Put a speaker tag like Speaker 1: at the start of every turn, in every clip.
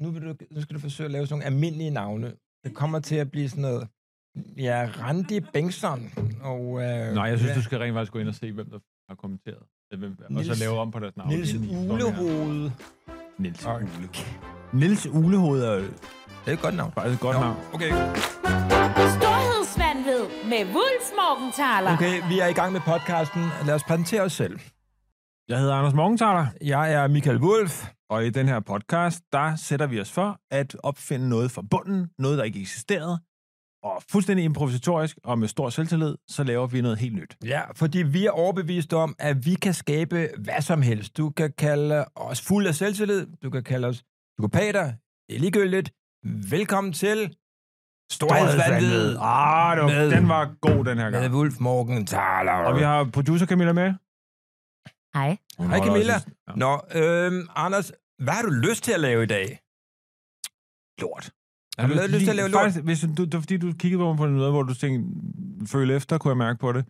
Speaker 1: nu, vil du, nu skal du forsøge at lave sådan nogle almindelige navne. Det kommer til at blive sådan noget, ja, Randi Bengtsson. Og, øh,
Speaker 2: Nej, jeg synes,
Speaker 1: ja,
Speaker 2: du skal rent faktisk gå ind og se, hvem der har kommenteret. Øh, Hvem, og så
Speaker 1: Niels-
Speaker 2: lave om på deres navn.
Speaker 1: Niels
Speaker 2: inden de står
Speaker 1: Ulehoved.
Speaker 2: her. Niels
Speaker 1: Og-
Speaker 2: Ulehoved. Niels Ulehoved er jo
Speaker 1: Det er et godt navn.
Speaker 2: faktisk et godt
Speaker 1: Nå,
Speaker 2: navn.
Speaker 1: Okay.
Speaker 3: Storhedsvandved med Wulfs Morgenthaler.
Speaker 1: okay, vi er i gang med podcasten. Lad os præsentere os selv.
Speaker 2: Jeg hedder Anders Morgenthaler.
Speaker 1: Jeg er Michael Wolf.
Speaker 2: Og i den her podcast, der sætter vi os for at opfinde noget fra bunden, noget, der ikke eksisterede, og fuldstændig improvisatorisk og med stor selvtillid, så laver vi noget helt nyt.
Speaker 1: Ja, fordi vi er overbeviste om, at vi kan skabe hvad som helst. Du kan kalde os fuld af selvtillid, du kan kalde os psykopater, det er ligegyldigt. Velkommen til Storhedsvandet
Speaker 2: Ah, det
Speaker 1: Med-
Speaker 2: var, den var god den her
Speaker 1: med
Speaker 2: gang.
Speaker 1: Wolf Morgenthaler.
Speaker 2: Og vi har producer Camilla med.
Speaker 3: Hej.
Speaker 2: Hun
Speaker 1: Hej,
Speaker 2: holder
Speaker 1: Camilla.
Speaker 2: også- Ja.
Speaker 1: Nå, øhm, Anders, hvad har du lyst til at lave i dag? Lort. Har du lavet lyst til at lave lort?
Speaker 2: Faktisk, hvis du, det var fordi, du kiggede på mig på en måde, hvor du tænkte, følge efter, kunne jeg mærke på det.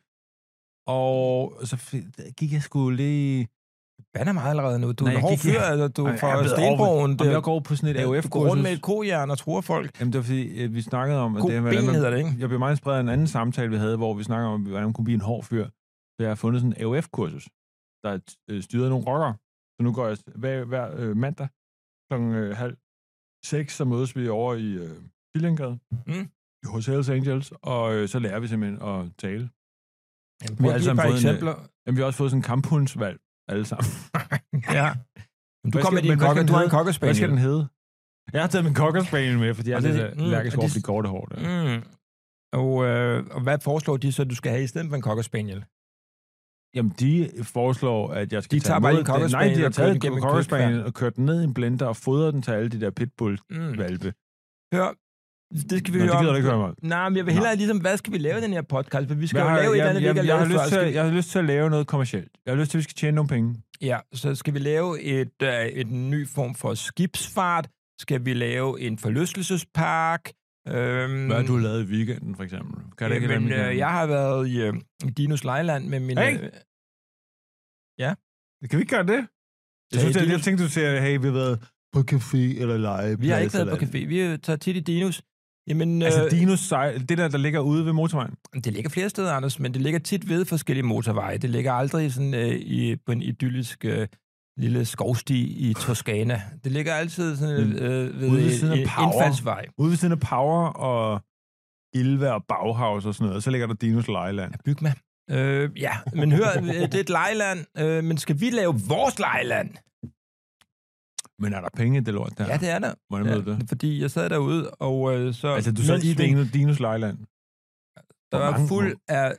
Speaker 2: Og så f- der gik jeg sgu lige...
Speaker 1: Bander mig allerede nu. Du er
Speaker 2: Nej,
Speaker 1: en
Speaker 2: jeg
Speaker 1: hård
Speaker 2: gik-
Speaker 1: fyr, altså. Du
Speaker 2: Ej,
Speaker 1: er
Speaker 2: jeg
Speaker 1: fra
Speaker 2: blevet
Speaker 1: Stenbroen.
Speaker 2: overvældet. Jamen, Jeg
Speaker 1: Du
Speaker 2: går på sådan et AOF-kursus.
Speaker 1: går rundt med et kojern og tror folk.
Speaker 2: Jamen, det var fordi, øh, vi snakkede om... at
Speaker 1: God
Speaker 2: det,
Speaker 1: ben
Speaker 2: man,
Speaker 1: hedder det, ikke?
Speaker 2: Jeg blev meget inspireret af en anden samtale, vi havde, hvor vi snakker om, hvordan man kunne blive en hård fyr. Så jeg har fundet sådan en AOF-kursus, der er øh, styret af nogle rockere. Så nu går jeg s- hver, hver øh, mandag kl. Øh, halv seks, så mødes vi over i øh, Billingsgade
Speaker 1: Mm.
Speaker 2: hos Hells Angels, og øh, så lærer vi simpelthen at tale.
Speaker 1: Jamen,
Speaker 2: Vi
Speaker 1: prøv at give
Speaker 2: har alle
Speaker 1: et
Speaker 2: sammen
Speaker 1: par
Speaker 2: fået en, øh,
Speaker 1: eksempler.
Speaker 2: Jamen, vi har også fået sådan en kamphundsvalg alle sammen.
Speaker 1: Ja. Du
Speaker 2: Hvad
Speaker 1: kom med
Speaker 2: skal-
Speaker 1: din
Speaker 2: men hvad
Speaker 1: kokke, du
Speaker 2: skal den
Speaker 1: har en
Speaker 2: Hvad skal
Speaker 1: kokkespaniel.
Speaker 2: den hedde? Jeg har taget min kokkerspaniel med, fordi jeg
Speaker 1: Og
Speaker 2: er
Speaker 1: det-
Speaker 2: lidt
Speaker 1: mm,
Speaker 2: allergisk
Speaker 1: og
Speaker 2: over
Speaker 1: det-
Speaker 2: for de korte hår. Der.
Speaker 1: Mm. Og, øh, og hvad foreslår de så, du skal have i stedet for en kokkerspaniel?
Speaker 2: Jamen, de foreslår, at jeg skal
Speaker 1: De
Speaker 2: tage
Speaker 1: tager bare
Speaker 2: imod
Speaker 1: en
Speaker 2: den.
Speaker 1: cockerspaniel
Speaker 2: Nej, de har
Speaker 1: og kører den
Speaker 2: taget
Speaker 1: gennem
Speaker 2: en
Speaker 1: en
Speaker 2: kokkerspaniel og kørt den ned i en blender og fodret den til alle de der pitbull-valpe.
Speaker 1: Mm. Hør, det skal vi
Speaker 2: Nå, det
Speaker 1: høre
Speaker 2: gider
Speaker 1: om.
Speaker 2: du ikke høre mig.
Speaker 1: Nej, men jeg vil hellere ligesom, hvad skal vi lave i den her podcast? For vi skal
Speaker 2: Hvad
Speaker 1: jo
Speaker 2: har-
Speaker 1: lave et eller
Speaker 2: jeg,
Speaker 1: andet, vi
Speaker 2: jeg,
Speaker 1: ikke
Speaker 2: jeg,
Speaker 1: har
Speaker 2: har
Speaker 1: lavet
Speaker 2: lyst
Speaker 1: før.
Speaker 2: til,
Speaker 1: Skal vi- Mm.
Speaker 2: jeg har lyst til at lave noget kommercielt. Jeg har lyst til, at vi skal tjene nogle penge.
Speaker 1: Ja, så skal vi lave et, øh, et ny form for skibsfart. Skal vi lave en forlystelsespark? Øhm,
Speaker 2: Hvad har du lavet i weekenden, for eksempel? Kan det ikke
Speaker 1: Jamen,
Speaker 2: være
Speaker 1: øh, jeg har været i øh, i Dinos Lejland med min...
Speaker 2: Hey!
Speaker 1: Øh,
Speaker 2: Kan vi ikke gøre det? Jeg
Speaker 1: Tag
Speaker 2: synes, det er
Speaker 1: dit-
Speaker 2: lidt ting, du siger, hey, vi har været på café eller lege.
Speaker 1: vi har ikke været på café. Vi øh, tager tit i Dinos. Jamen,
Speaker 2: Altså,
Speaker 1: øh,
Speaker 2: Dinos sej, det der, der ligger ude ved motorvejen.
Speaker 1: Det ligger flere steder, Anders, men det ligger tit ved forskellige motorveje. Det ligger aldrig sådan, øh, i, på en idyllisk øh, lille skovsti i Toskana. Det ligger altid sådan,
Speaker 2: Men
Speaker 1: øh, ved
Speaker 2: ude ved
Speaker 1: en,
Speaker 2: siden af
Speaker 1: en
Speaker 2: Power.
Speaker 1: indfaldsvej.
Speaker 2: Ude ved siden af Power og Ilva og Bauhaus og sådan noget, og så ligger der Dinos Lejland.
Speaker 1: Byg med. Øh, ja, men hør, øh, det er et lejland, øh, men skal vi lave vores lejland?
Speaker 2: Men er der penge i det lort der?
Speaker 1: Ja, det er der.
Speaker 2: Hvordan ved du
Speaker 1: Ja,
Speaker 2: det?
Speaker 1: fordi jeg sad derude, og øh, så...
Speaker 2: Altså, du sad
Speaker 1: mens
Speaker 2: i
Speaker 1: vi-
Speaker 2: Dino, Dinos Lejland.
Speaker 1: der
Speaker 2: Hvor
Speaker 1: var
Speaker 2: mange
Speaker 1: fuld af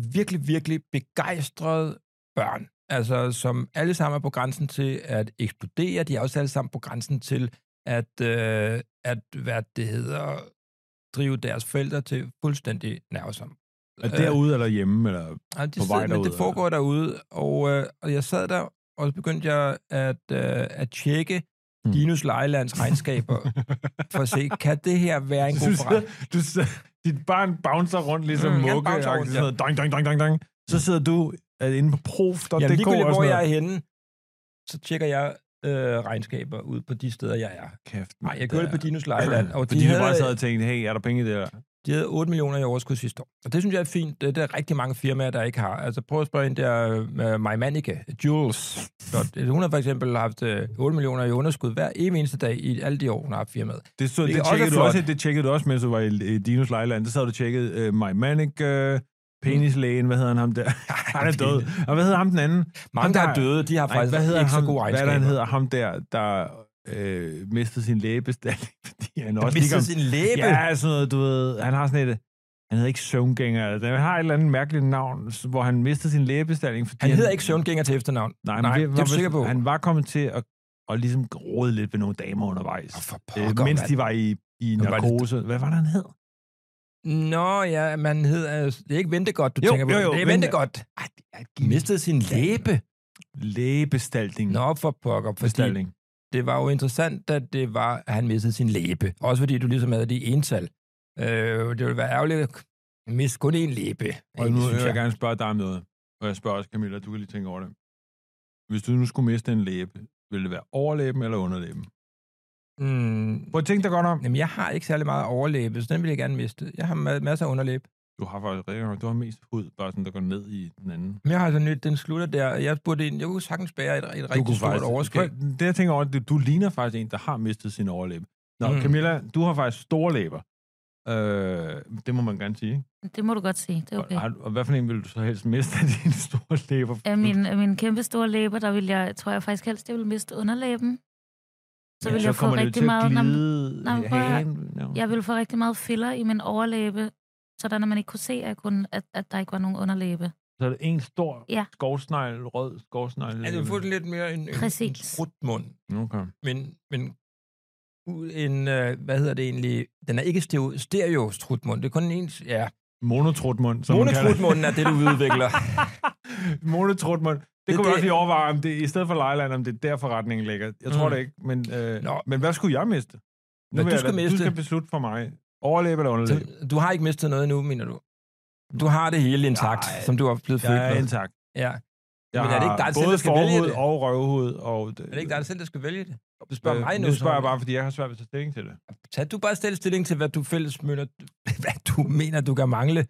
Speaker 1: virkelig, virkelig begejstrede børn, altså som alle sammen er på grænsen til at eksplodere. De er også alle sammen på grænsen til at, øh, at hvad det hedder, drive deres forældre til fuldstændig nervesom.
Speaker 2: Er
Speaker 1: øh,
Speaker 2: derude eller hjemme? Eller...
Speaker 1: Ja, de
Speaker 2: på vej
Speaker 1: sidder, men det
Speaker 2: derud,
Speaker 1: foregår derude, og, øh, og jeg sad der, og så begyndte jeg at, øh, at tjekke
Speaker 2: Hmm.
Speaker 1: Dinos Lejlands regnskaber, for at se, kan det her være en
Speaker 2: Så
Speaker 1: god
Speaker 2: du
Speaker 1: forretning?
Speaker 2: sidder, du sidder, dit barn bouncer rundt ligesom
Speaker 1: Mm,
Speaker 2: mm,
Speaker 1: han
Speaker 2: mugge.
Speaker 1: bouncer rundt,
Speaker 2: sådan noget, dang, dang, dang, dang, dang. Så sidder du uh, inde på prof.dk og
Speaker 1: Jamen,
Speaker 2: sådan
Speaker 1: ligegyldigt, hvor jeg
Speaker 2: noget.
Speaker 1: er henne, så tjekker jeg øh, regnskaber ud på de steder, jeg er.
Speaker 2: Kæft,
Speaker 1: Nej, jeg gjorde det på Dinos Lejland, og
Speaker 2: Fordi
Speaker 1: de,
Speaker 2: de, bare sad
Speaker 1: havde,
Speaker 2: og tænkte, hey, er der penge i det der?
Speaker 1: de havde 8 millioner i overskud sidste år. Og det synes jeg er fint. Det, det er rigtig mange firmaer, der ikke har. Altså prøv at spørge en der uh, My Manike, Jules. Flot. Hun har for eksempel haft øh, 8 millioner i underskud hver evig eneste dag i alle de år, hun har haft firmaet.
Speaker 2: Det, stod,
Speaker 1: Det
Speaker 2: det,
Speaker 1: er
Speaker 2: det,
Speaker 1: også
Speaker 2: tjekkede du
Speaker 1: flot.
Speaker 2: også, det tjekkede du også, mens du var i, i Dinos Lejland. Der sad du og tjekkede uh, My Manic, uh,
Speaker 1: Mm.
Speaker 2: Penislægen, hvad hedder han ham der? han er død. Og hvad hedder ham den anden?
Speaker 1: Mange, der
Speaker 2: der
Speaker 1: er
Speaker 2: er-
Speaker 1: døde, de har
Speaker 2: Nej,
Speaker 1: faktisk
Speaker 2: hvad hedder
Speaker 1: ikke
Speaker 2: ham,
Speaker 1: så gode
Speaker 2: Hvad er det,
Speaker 1: regnskaber.
Speaker 2: han hedder ham der, der øh, mistede sin læbestand, fordi han
Speaker 1: Der
Speaker 2: også
Speaker 1: mistede
Speaker 2: ligger-
Speaker 1: sin læbe.
Speaker 2: Ja, sådan noget, du ved. Han har sådan et... Han hedder ikke søvngænger. eller- Han har et eller andet mærkeligt navn, s- hvor han mistede sin lægebestilling. Fordi
Speaker 1: Han hedder ikke søvngænger til efternavn.
Speaker 2: Nej,
Speaker 1: Nej,
Speaker 2: men
Speaker 1: det er
Speaker 2: var,
Speaker 1: du
Speaker 2: vist-
Speaker 1: sikker på.
Speaker 2: Han var kommet til at, at ligesom rode lidt ved nogle damer undervejs.
Speaker 1: Åh, for
Speaker 2: øh,
Speaker 1: pokker,
Speaker 2: mens
Speaker 1: mand.
Speaker 2: de var i, i
Speaker 1: Han var lidt-
Speaker 2: narkose. Hvad var det, han hed?
Speaker 1: Nå ja, man hedder... altså, Det er ikke Ventegodt, du
Speaker 2: Jo,
Speaker 1: tænker på.
Speaker 2: jo, jo,
Speaker 1: det er
Speaker 2: Vente-
Speaker 1: Ventegodt.
Speaker 2: Ej, det er et
Speaker 1: mistede sin læbe.
Speaker 2: Lægebestaltning.
Speaker 1: Nå, for pokker, fordi
Speaker 2: Bestaltning.
Speaker 1: det var jo interessant, at det var, at han mistede sin læbe. Også fordi du ligesom havde de ental. Øh, det ville være ærgerligt at miste kun én læbe.
Speaker 2: Og nu vil jeg gerne spørge dig om noget. Og jeg spørger også Camilla, du kan lige tænke over det. Hvis du nu skulle miste en læbe, ville det være overlæben eller underlæben?
Speaker 1: Mm,
Speaker 2: Prøv at tænke dig godt om.
Speaker 1: jamen, jeg har ikke særlig meget overlæbe, så den vil jeg gerne miste. Jeg har ma- masser af underlæbe.
Speaker 2: Du har faktisk rigtig godt- Du har mest hud, bare sådan, der går ned i den anden.
Speaker 1: Men jeg har altså nyt, den slutter der, og jeg burde ind, jeg kunne sagtens bære et, et rigtig stort overskæg.
Speaker 2: Prøv, Det jeg tænker over, det, du ligner faktisk en, der har mistet sin overlæbe. Nå,
Speaker 1: Mm.
Speaker 2: mm. Camilla, du har faktisk store læber. Øh, det må man gerne sige. ikke?
Speaker 4: Det må du godt sige. Det er okay.
Speaker 2: Og, har du- og hvad for en vil du så helst miste af dine store læber?
Speaker 4: Af min, af mine kæmpe store læber, der vil jeg, tror jeg faktisk helst, jeg vil miste underlæben. Så vil jeg få
Speaker 2: kommer det jo
Speaker 4: rigtig
Speaker 2: til
Speaker 4: meget...
Speaker 2: At
Speaker 4: nå, men-
Speaker 2: glide
Speaker 4: nå, men
Speaker 2: i
Speaker 4: prøv at høre.
Speaker 2: hagen. Nå.
Speaker 4: Jeg ville få rigtig meget filler i min overlæbe, sådan at man ikke kunne se, at, jeg kunne, at, at der ikke var nogen underlæbe.
Speaker 2: Så er det en stor
Speaker 4: Ja.
Speaker 2: skovsnegl, rød skovsnegl.
Speaker 1: Altså, få det lidt mere en, en, en
Speaker 4: Præcis.
Speaker 1: sprudt mund.
Speaker 2: Okay.
Speaker 1: men, men u- en, øh, hvad hedder det egentlig, den er ikke stereo, stereo strutmund, det er kun ens, ja.
Speaker 2: Monotrutmund, som man kalder det.
Speaker 1: Monotrutmunden er det, du udvikler.
Speaker 2: Monotrutmund. Det, det kunne
Speaker 1: det-
Speaker 2: man også lige overveje, om det i stedet for Lejland, om det er der forretningen ligger. Jeg tror
Speaker 1: Mm.
Speaker 2: mm. det ikke, men, øh,
Speaker 1: Nå.
Speaker 2: men hvad skulle jeg miste?
Speaker 1: Hvad du
Speaker 2: vil jeg
Speaker 1: skal
Speaker 2: lade-
Speaker 1: miste?
Speaker 2: du skal beslutte for mig. Overlæbe eller underlæbe?
Speaker 1: Så du har ikke mistet noget endnu, mener du? Du har det hele intakt,
Speaker 2: Nej.
Speaker 1: som du er blevet født
Speaker 2: Jeg er
Speaker 1: med.
Speaker 2: intakt.
Speaker 1: Ja.
Speaker 2: Jeg
Speaker 1: Men er det ikke
Speaker 2: har
Speaker 1: dig selv,
Speaker 2: både
Speaker 1: der skal vælge
Speaker 2: forhud
Speaker 1: det?
Speaker 2: og røvhud. Og
Speaker 1: Er det ikke dig der selv, der skal vælge det? Du spørger mig nu.
Speaker 2: Nu spørger jeg
Speaker 1: så-
Speaker 2: bare, fordi jeg har svært ved at tage stilling til det.
Speaker 1: Tag du bare stille stilling til, hvad du fælles mener, hvad du mener, du kan mangle,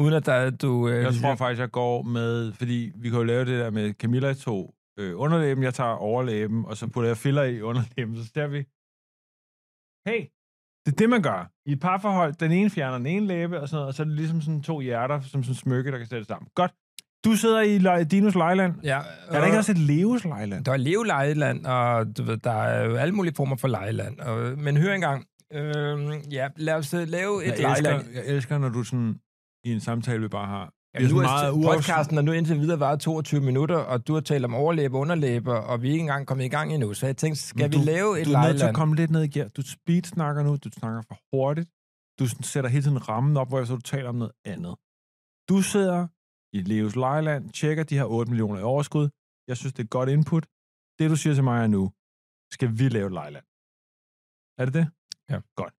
Speaker 1: uden at der, du... Øh,
Speaker 2: Jeg tror faktisk, jeg går med, fordi vi kan jo lave det der med, Camilla tog øh, underlæben, jeg tager overlæben, og så putter jeg filler i underlæben, så ser vi, hey, det er det, man gør. I et parforhold, den ene fjerner den ene læbe, og, sådan noget, og så er det ligesom sådan to hjerter, som sådan smykke, der kan sættes sammen. Godt. Du sidder i Le- Dinos Lejland.
Speaker 1: ja,
Speaker 2: Er
Speaker 1: Øh.
Speaker 2: der ikke også et Leos Lejland?
Speaker 1: Der er levelejland, og du ved, der er jo alle mulige former for lejland. Og, men hør engang. Øh, ja, lad os øh, lave et
Speaker 2: Jeg
Speaker 1: lejland.
Speaker 2: elsker, jeg elsker, når du sådan i en samtale, vi bare har.
Speaker 1: Ja, nu er meget podcasten er nu indtil videre varet 22 minutter, og du har talt om overlæbe og underlæber, og vi er ikke engang kommet i gang endnu. Så jeg tænkte, skal
Speaker 2: Men
Speaker 1: vi lave et
Speaker 2: du er nødt til at
Speaker 1: lejland?
Speaker 2: komme lidt ned i gear. Du speedsnakker nu, du snakker for hurtigt. Du sådan sætter hele tiden rammen op, hvor så du taler om noget andet. Du sidder i Leos Lejland, tjekker de her 8 millioner i overskud. Jeg synes, det er et godt input. Det, du siger til mig er nu, skal vi lave et Lejland. Er det det?
Speaker 1: Ja.
Speaker 2: Godt.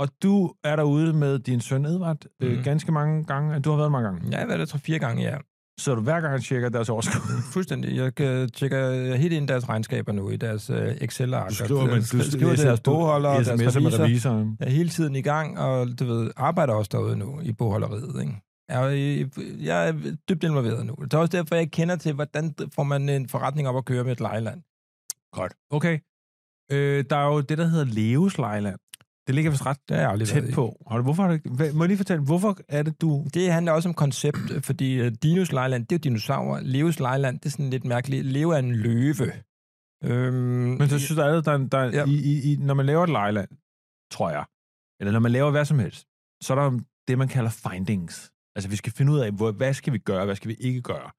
Speaker 2: Og du er derude med din søn Edvard øh,
Speaker 1: Mhm.
Speaker 2: ganske mange gange. Du har været mange gange.
Speaker 1: Ja, jeg har været der tre-fire gange, ja.
Speaker 2: Så du hver gang tjekker deres overskud.
Speaker 1: Fuldstændig. Jeg øh, tjekker helt ind i deres regnskaber nu, i deres øh, Excel-ark.
Speaker 2: sms'er
Speaker 1: skriver til deres
Speaker 2: du-
Speaker 1: bogholder og deres
Speaker 2: sms'er med
Speaker 1: revisor.
Speaker 2: revisoren.
Speaker 1: Jeg er hele tiden i gang, og du ved, arbejder også derude nu i bogholderiet, ikke? Jeg er, i- jeg er dybt involveret nu. Det er også derfor, jeg kender til, hvordan får man en forretning op at køre med et lejland.
Speaker 2: Godt. Okay. Øh, der er jo det, der hedder Leos Lejland. Det ligger vist ret
Speaker 1: Det har jeg aldrig
Speaker 2: tæt
Speaker 1: været i.
Speaker 2: på. Har du, hvorfor har du ikke, hvad, må jeg lige fortælle, hvorfor er det, du...
Speaker 1: Det handler også om koncept, fordi øh, Dinos Lejland, det er jo dinosaurer. Leos Lejland, det er sådan lidt mærkeligt. Leo er en løve. Øhm,
Speaker 2: Men så synes jeg, der, er- der, der
Speaker 1: Ja.
Speaker 2: ja. i, i, i, når man laver et Lejland, tror jeg, eller når man laver hvad som helst, så er der det, man kalder findings. Altså, vi skal finde ud af, hvor, hvad skal vi gøre, hvad skal vi ikke gøre.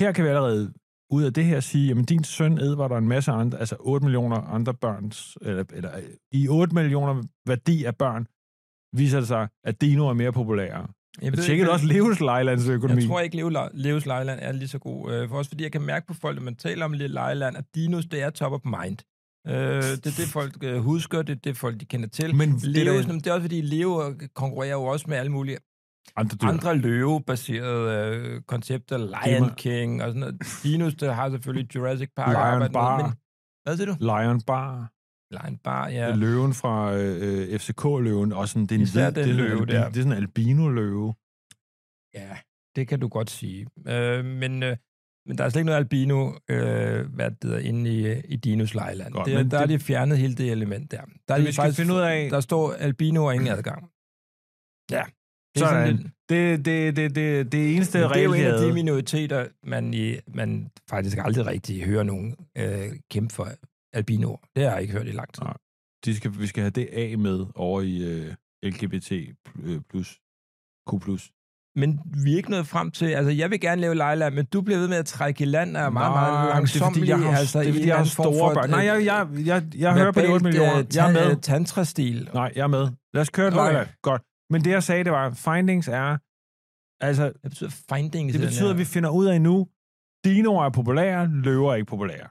Speaker 2: Her kan vi allerede ud af det her sige, jamen din søn Edvard og en masse andre, altså 8 millioner andre børns, eller, eller øh, i 8 millioner værdi af børn, viser det sig, at Dino er mere populære.
Speaker 1: jeg
Speaker 2: Jeg
Speaker 1: ved
Speaker 2: tjekkede
Speaker 1: ikke,
Speaker 2: også Leos Lejlands økonomi.
Speaker 1: Jeg tror ikke, Leo- Leos Lejland er lige så god. Øh, for også fordi jeg kan mærke på folk, når man taler om Leo Lejland, at dinos, det er top of mind. Øh, det er det, folk øh, husker, det er det, folk de kender til.
Speaker 2: Men øh, det
Speaker 1: Leo,
Speaker 2: er
Speaker 1: det,
Speaker 2: da-
Speaker 1: det er også fordi, Leo konkurrerer jo også med alle mulige
Speaker 2: andre dyr.
Speaker 1: andre løve-baserede øh, koncepter. Lion
Speaker 2: Klima.
Speaker 1: King og sådan noget. Dinos, der har selvfølgelig Jurassic Park.
Speaker 2: Lion
Speaker 1: og arbejdet med,
Speaker 2: Bar.
Speaker 1: Men, hvad siger du?
Speaker 2: Lion Bar,
Speaker 1: Lion Bar, ja.
Speaker 2: ja. løven fra øh, øh, FCK-løven, og sådan, det er en
Speaker 1: Især den
Speaker 2: hvid- det, er sådan
Speaker 1: løve
Speaker 2: albi-
Speaker 1: der.
Speaker 2: det er sådan en albino-løve.
Speaker 1: Ja, det kan du godt sige. Øh, men, øh, men der er slet ikke noget albino øh, hvad det hedder, inde i, øh, i Dinos Lejland.
Speaker 2: Godt,
Speaker 1: det,
Speaker 2: men
Speaker 1: der det, er
Speaker 2: det-
Speaker 1: de fjernet hele det element der. Der, er
Speaker 2: Det,
Speaker 1: de
Speaker 2: vi skal finde ud af-
Speaker 1: der står albino og ingen adgang. Ja. Det er,
Speaker 2: Sådan.
Speaker 1: sådan lidt,
Speaker 2: Det, det, det, det, det eneste
Speaker 1: det
Speaker 2: det
Speaker 1: er jo
Speaker 2: regel,
Speaker 1: en af
Speaker 2: jeg
Speaker 1: de
Speaker 2: havde.
Speaker 1: minoriteter, man, i, man faktisk aldrig rigtig hører nogen øh, kæmpe for albinoer. Det har jeg ikke hørt i lang tid.
Speaker 2: Nej. De skal, vi skal have det af med over i øh, LGBT øh, plus Q+.
Speaker 1: Men vi er ikke nået frem til... Altså, jeg vil gerne lave Leila, men du bliver ved med at trække i land af meget, meget langsomlig.
Speaker 2: det er, fordi jeg har,
Speaker 1: altså,
Speaker 2: det
Speaker 1: i
Speaker 2: er,
Speaker 1: en
Speaker 2: fordi jeg har
Speaker 1: eller anden form
Speaker 2: store
Speaker 1: for,
Speaker 2: børn. Nej,
Speaker 1: øh,
Speaker 2: jeg, jeg, jeg, jeg hører på de 8 millioner. Jeg er med.
Speaker 1: Uh, tantra-stil.
Speaker 2: Nej, jeg er med. Lad os køre et
Speaker 1: Okay.
Speaker 2: okay. Godt. Men det, jeg sagde, det var, findings er, altså,
Speaker 1: Det betyder findings.
Speaker 2: Det betyder, at vi finder ud af nu, dinoer er populære, løver er ikke populære.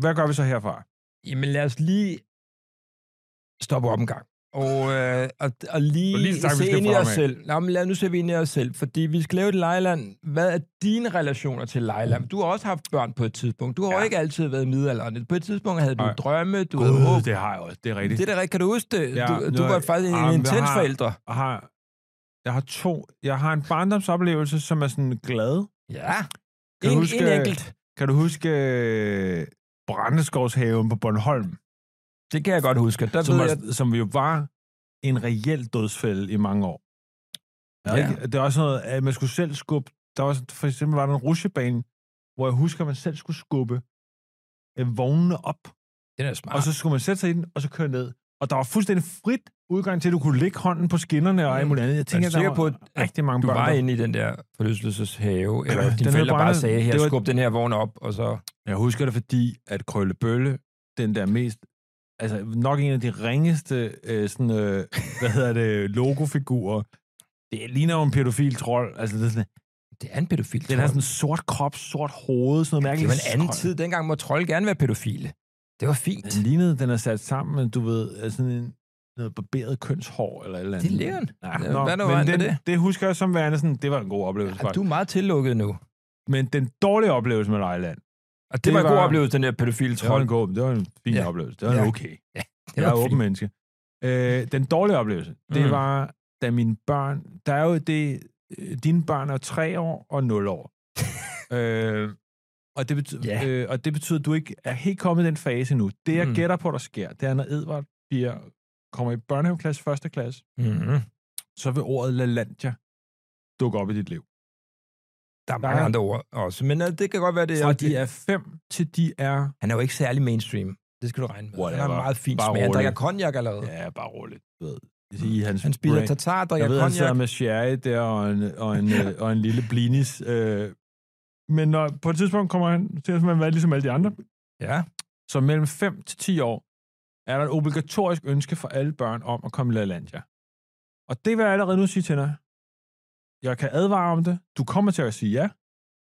Speaker 2: Hvad gør vi så herfra?
Speaker 1: Jamen lad os lige stoppe op en gang. Og, øh, og, og lige,
Speaker 2: Og lige så tak, vi
Speaker 1: se
Speaker 2: skal
Speaker 1: ind i os
Speaker 2: fremad.
Speaker 1: selv. Nå, men lad, nu ser vi ind i os selv, fordi vi skal lave et lejland. Hvad er dine relationer til lejland? Du har også haft børn på et tidspunkt. Du har ja. ikke altid været midalderen. På et tidspunkt havde du
Speaker 2: Nej.
Speaker 1: drømme, du havde
Speaker 2: God,
Speaker 1: håb.
Speaker 2: det har jeg også. Det er rigtigt.
Speaker 1: Det der, kan du huske det?
Speaker 2: Ja,
Speaker 1: du, du
Speaker 2: når-
Speaker 1: var faktisk en
Speaker 2: Ah, men jeg
Speaker 1: intens
Speaker 2: har-
Speaker 1: forælder.
Speaker 2: Jeg har, jeg har to. Jeg har en barndomsoplevelse, som er sådan glad.
Speaker 1: Ja.
Speaker 2: Kan
Speaker 1: en,
Speaker 2: du huske,
Speaker 1: en enkelt.
Speaker 2: Kan du huske øh, Brandeskovshaven på Bornholm?
Speaker 1: Det kan jeg godt huske. Der
Speaker 2: Som,
Speaker 1: ved jeg,
Speaker 2: var, som jo var en reel dødsfælde i mange år. Ja.
Speaker 1: Ja.
Speaker 2: Ikke? Det er også noget, at man skulle selv skubbe. Der var sådan- for eksempel var der en rusjebane, hvor jeg husker, at man selv skulle skubbe øh, vognene op,
Speaker 1: det er
Speaker 2: og så skulle man sætte sig i den, og så køre ned. Og der var fuldstændig frit udgang til, at du kunne lægge hånden på skinnerne og alt muligt andet. Jeg tænker,
Speaker 1: Mm. Altså,
Speaker 2: der
Speaker 1: sikker
Speaker 2: var
Speaker 1: på, at
Speaker 2: rigtig mange
Speaker 1: Du
Speaker 2: børn.
Speaker 1: var
Speaker 2: der-
Speaker 1: inde i den der forlystelseshave, eller
Speaker 2: Den
Speaker 1: dine
Speaker 2: hed
Speaker 1: forældre bare
Speaker 2: Brande-
Speaker 1: sagde, her,
Speaker 2: det var-
Speaker 1: skub den her vogn op, og så...
Speaker 2: Jeg husker det, fordi at Krøllebølle, den der mest, altså nok en af de ringeste, øh, sådan, øh, hvad hedder det, logofigurer, det ligner jo en pædofil trold. Altså, det er sådan,
Speaker 1: Det er en pædofil.
Speaker 2: den har
Speaker 1: trold.
Speaker 2: sådan en sort krop, sort hoved, sådan noget
Speaker 1: det
Speaker 2: mærkeligt.
Speaker 1: var en anden tid. Dengang må trolde gerne være pædofile. Det var fint.
Speaker 2: Den lignede, den er sat sammen med, du ved, altså sådan en, noget barberet kønshår eller et eller andet.
Speaker 1: Det er lækkert.
Speaker 2: Ja,
Speaker 1: Hvad
Speaker 2: nå,
Speaker 1: er der vejen
Speaker 2: men
Speaker 1: med
Speaker 2: den,
Speaker 1: det?
Speaker 2: det? det husker jeg som værende sådan, det var en god oplevelse.
Speaker 1: Ja,
Speaker 2: Ja,
Speaker 1: du er meget tillukket nu.
Speaker 2: Men den dårlige oplevelse med Lejland,
Speaker 1: Og det, det
Speaker 2: Det
Speaker 1: var en god
Speaker 2: var-
Speaker 1: oplevelse, den der pædofile
Speaker 2: det var
Speaker 1: trold.
Speaker 2: en, god, det var en fin
Speaker 1: Ja.
Speaker 2: ja. oplevelse. Det var
Speaker 1: Ja.
Speaker 2: ja. okay.
Speaker 1: Det
Speaker 2: jeg
Speaker 1: var
Speaker 2: er åben
Speaker 1: fint.
Speaker 2: menneske. Øh, den dårlige oplevelse, det
Speaker 1: Mm.
Speaker 2: mm. var, da mine børn... Der er jo det... øh, Dine børn er tre år og 0 år. øh, og, det betyder,
Speaker 1: Ja.
Speaker 2: øh, og det betyder, at du ikke er helt kommet i den fase endnu. Det, jeg
Speaker 1: Mm.
Speaker 2: mm. gætter på, der sker, det er, når Edvard bliver, kommer i børnehaveklasse, første klasse,
Speaker 1: Mm-hmm.
Speaker 2: så vil ordet LaLandia dukke op i dit liv.
Speaker 1: Der er mange
Speaker 2: Der er-
Speaker 1: andre ord også, men uh, det kan godt være, det
Speaker 2: Fra de er fem til de er...
Speaker 1: Han er jo ikke særlig mainstream. Det skal du regne med. Han har
Speaker 2: Whatever.
Speaker 1: en meget fin
Speaker 2: Bare
Speaker 1: smag. Han
Speaker 2: rolig.
Speaker 1: drikker cognac allerede.
Speaker 2: Ja, bare roligt. du Ved. I
Speaker 1: Mm.
Speaker 2: hans
Speaker 1: Han spiller
Speaker 2: brain.
Speaker 1: tatar, drikker
Speaker 2: Jeg ved, han
Speaker 1: cognac.
Speaker 2: sidder med sherry der og en, og en, øh, og en lille blinis. Øh. Men når, på et tidspunkt kommer han til at være ligesom alle de andre.
Speaker 1: Ja.
Speaker 2: Så mellem 5 til 10 år er der et obligatorisk ønske for alle børn om at komme i LaLandia. Og det vil jeg allerede nu sige til dig. Jeg kan advare om det. Du kommer til at sige ja.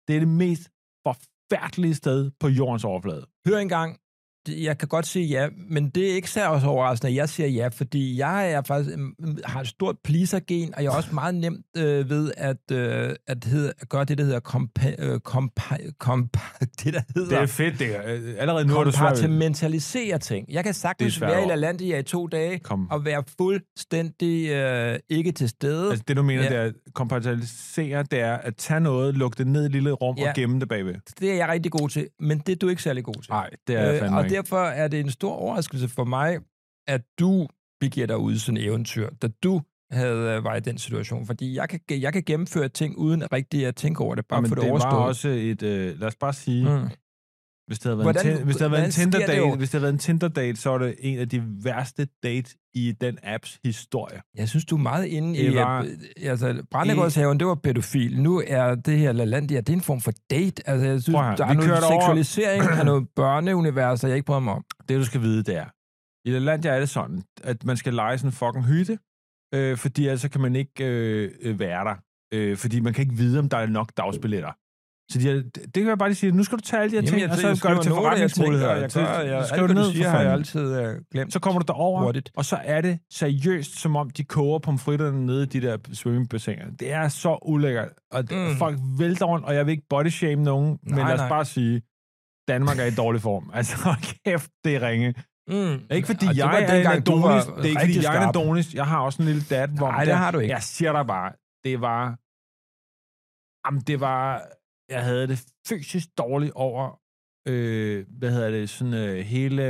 Speaker 2: Det er det mest forfærdelige sted på jordens overflade.
Speaker 1: Hør engang, Det- jeg kan godt sige ja, men det er ikke særlig overraskende, at jeg siger ja, fordi jeg er faktisk, mm, har et stort pleaser-gen, og jeg er også meget nemt øh, ved at, øh, at, hedde, at gøre det, der hedder kompa, øh, kompa, kompa, det, der hedder
Speaker 2: fedt, det er. Allerede nu er du svært. ved-
Speaker 1: kompartimentalisere ting. Jeg kan sagtens
Speaker 2: svært
Speaker 1: være i
Speaker 2: ord.
Speaker 1: LaLandia i to dage
Speaker 2: Kom.
Speaker 1: og være fuldstændig øh, ikke til stede.
Speaker 2: Altså det, du mener,
Speaker 1: Ja.
Speaker 2: ja. det er at kompartimentalisere, det er at tage noget, lukke det ned i et lille rum
Speaker 1: Ja.
Speaker 2: og gemme det bagved.
Speaker 1: Det er jeg rigtig god til, men det er du ikke særlig god til.
Speaker 2: Nej, det er øh, fandme
Speaker 1: og
Speaker 2: ikke.
Speaker 1: derfor er det en stor overraskelse for mig, at du begiver dig ud i sådan et eventyr, da du havde, øh, var i den situation. Fordi jeg kan, jeg kan gennemføre ting uden rigtig at tænke over det, bare
Speaker 2: Jamen,
Speaker 1: for det,
Speaker 2: det var
Speaker 1: overstået.
Speaker 2: også et, øh, lad os bare sige, mm.
Speaker 1: Mm.
Speaker 2: hvis det havde været,
Speaker 1: Hvordan-
Speaker 2: en, tin- hvis det havde været en
Speaker 1: hvordan sker det
Speaker 2: Tinder date,
Speaker 1: jo?
Speaker 2: hvis det havde været en Tinder date, så er det en af de værste dates i den apps historie.
Speaker 1: Jeg synes, du er meget inde
Speaker 2: Det
Speaker 1: i...
Speaker 2: var-
Speaker 1: Var... Altså, Brændegårdshaven, det var pædofil. Nu er det her LaLandia, det er en form for date. Altså, jeg synes,
Speaker 2: Prøv at høre,
Speaker 1: der er
Speaker 2: vi
Speaker 1: noget
Speaker 2: kørte over-
Speaker 1: seksualisering af noget børneunivers, og jeg ikke bryder mig om.
Speaker 2: Det, du skal vide, det er, i Lalandia er det sådan, at man skal lege sådan en fucking hytte, øh, fordi ellers så kan man ikke øh, øh, være der. Øh, fordi man kan ikke vide, om der er nok dagsbilletter. Så de har, det, det kan jeg bare lige sige, nu skal du tage alle de her ting, og så gør
Speaker 1: skriver
Speaker 2: det til
Speaker 1: noter, jeg tænker,
Speaker 2: forretningsmuligheder.
Speaker 1: Jeg
Speaker 2: Til-
Speaker 1: gør, jeg,
Speaker 2: skriv
Speaker 1: alt,
Speaker 2: det
Speaker 1: hvad
Speaker 2: ned
Speaker 1: du
Speaker 2: for
Speaker 1: siger, har jeg
Speaker 2: fanden.
Speaker 1: altid øh, glemt.
Speaker 2: Så kommer du derover,
Speaker 1: Hurtigt.
Speaker 2: og så er det seriøst, som om de koger pomfritterne nede i de der svømmebassiner. Det er så ulækkert, og
Speaker 1: Mm.
Speaker 2: mm. folk vælter rundt, og jeg vil ikke bodyshame nogen, nej,
Speaker 1: Nej,
Speaker 2: men lad os
Speaker 1: nej.
Speaker 2: bare sige, Danmark er i dårlig form. Altså, hold kæft, det er ringe.
Speaker 1: Mm.
Speaker 2: Ikke fordi
Speaker 1: Og det var
Speaker 2: jeg er en
Speaker 1: dengang, du var
Speaker 2: adonis, det er ikke fordi
Speaker 1: rigtig
Speaker 2: jeg er en
Speaker 1: skarp.
Speaker 2: adonis, jeg har også en lille dat, hvor
Speaker 1: Nej, det har du ikke.
Speaker 2: Jeg siger dig bare, det var, jamen det var, jeg havde det fysisk dårligt over, øh, hvad hedder det, sådan øh, hele,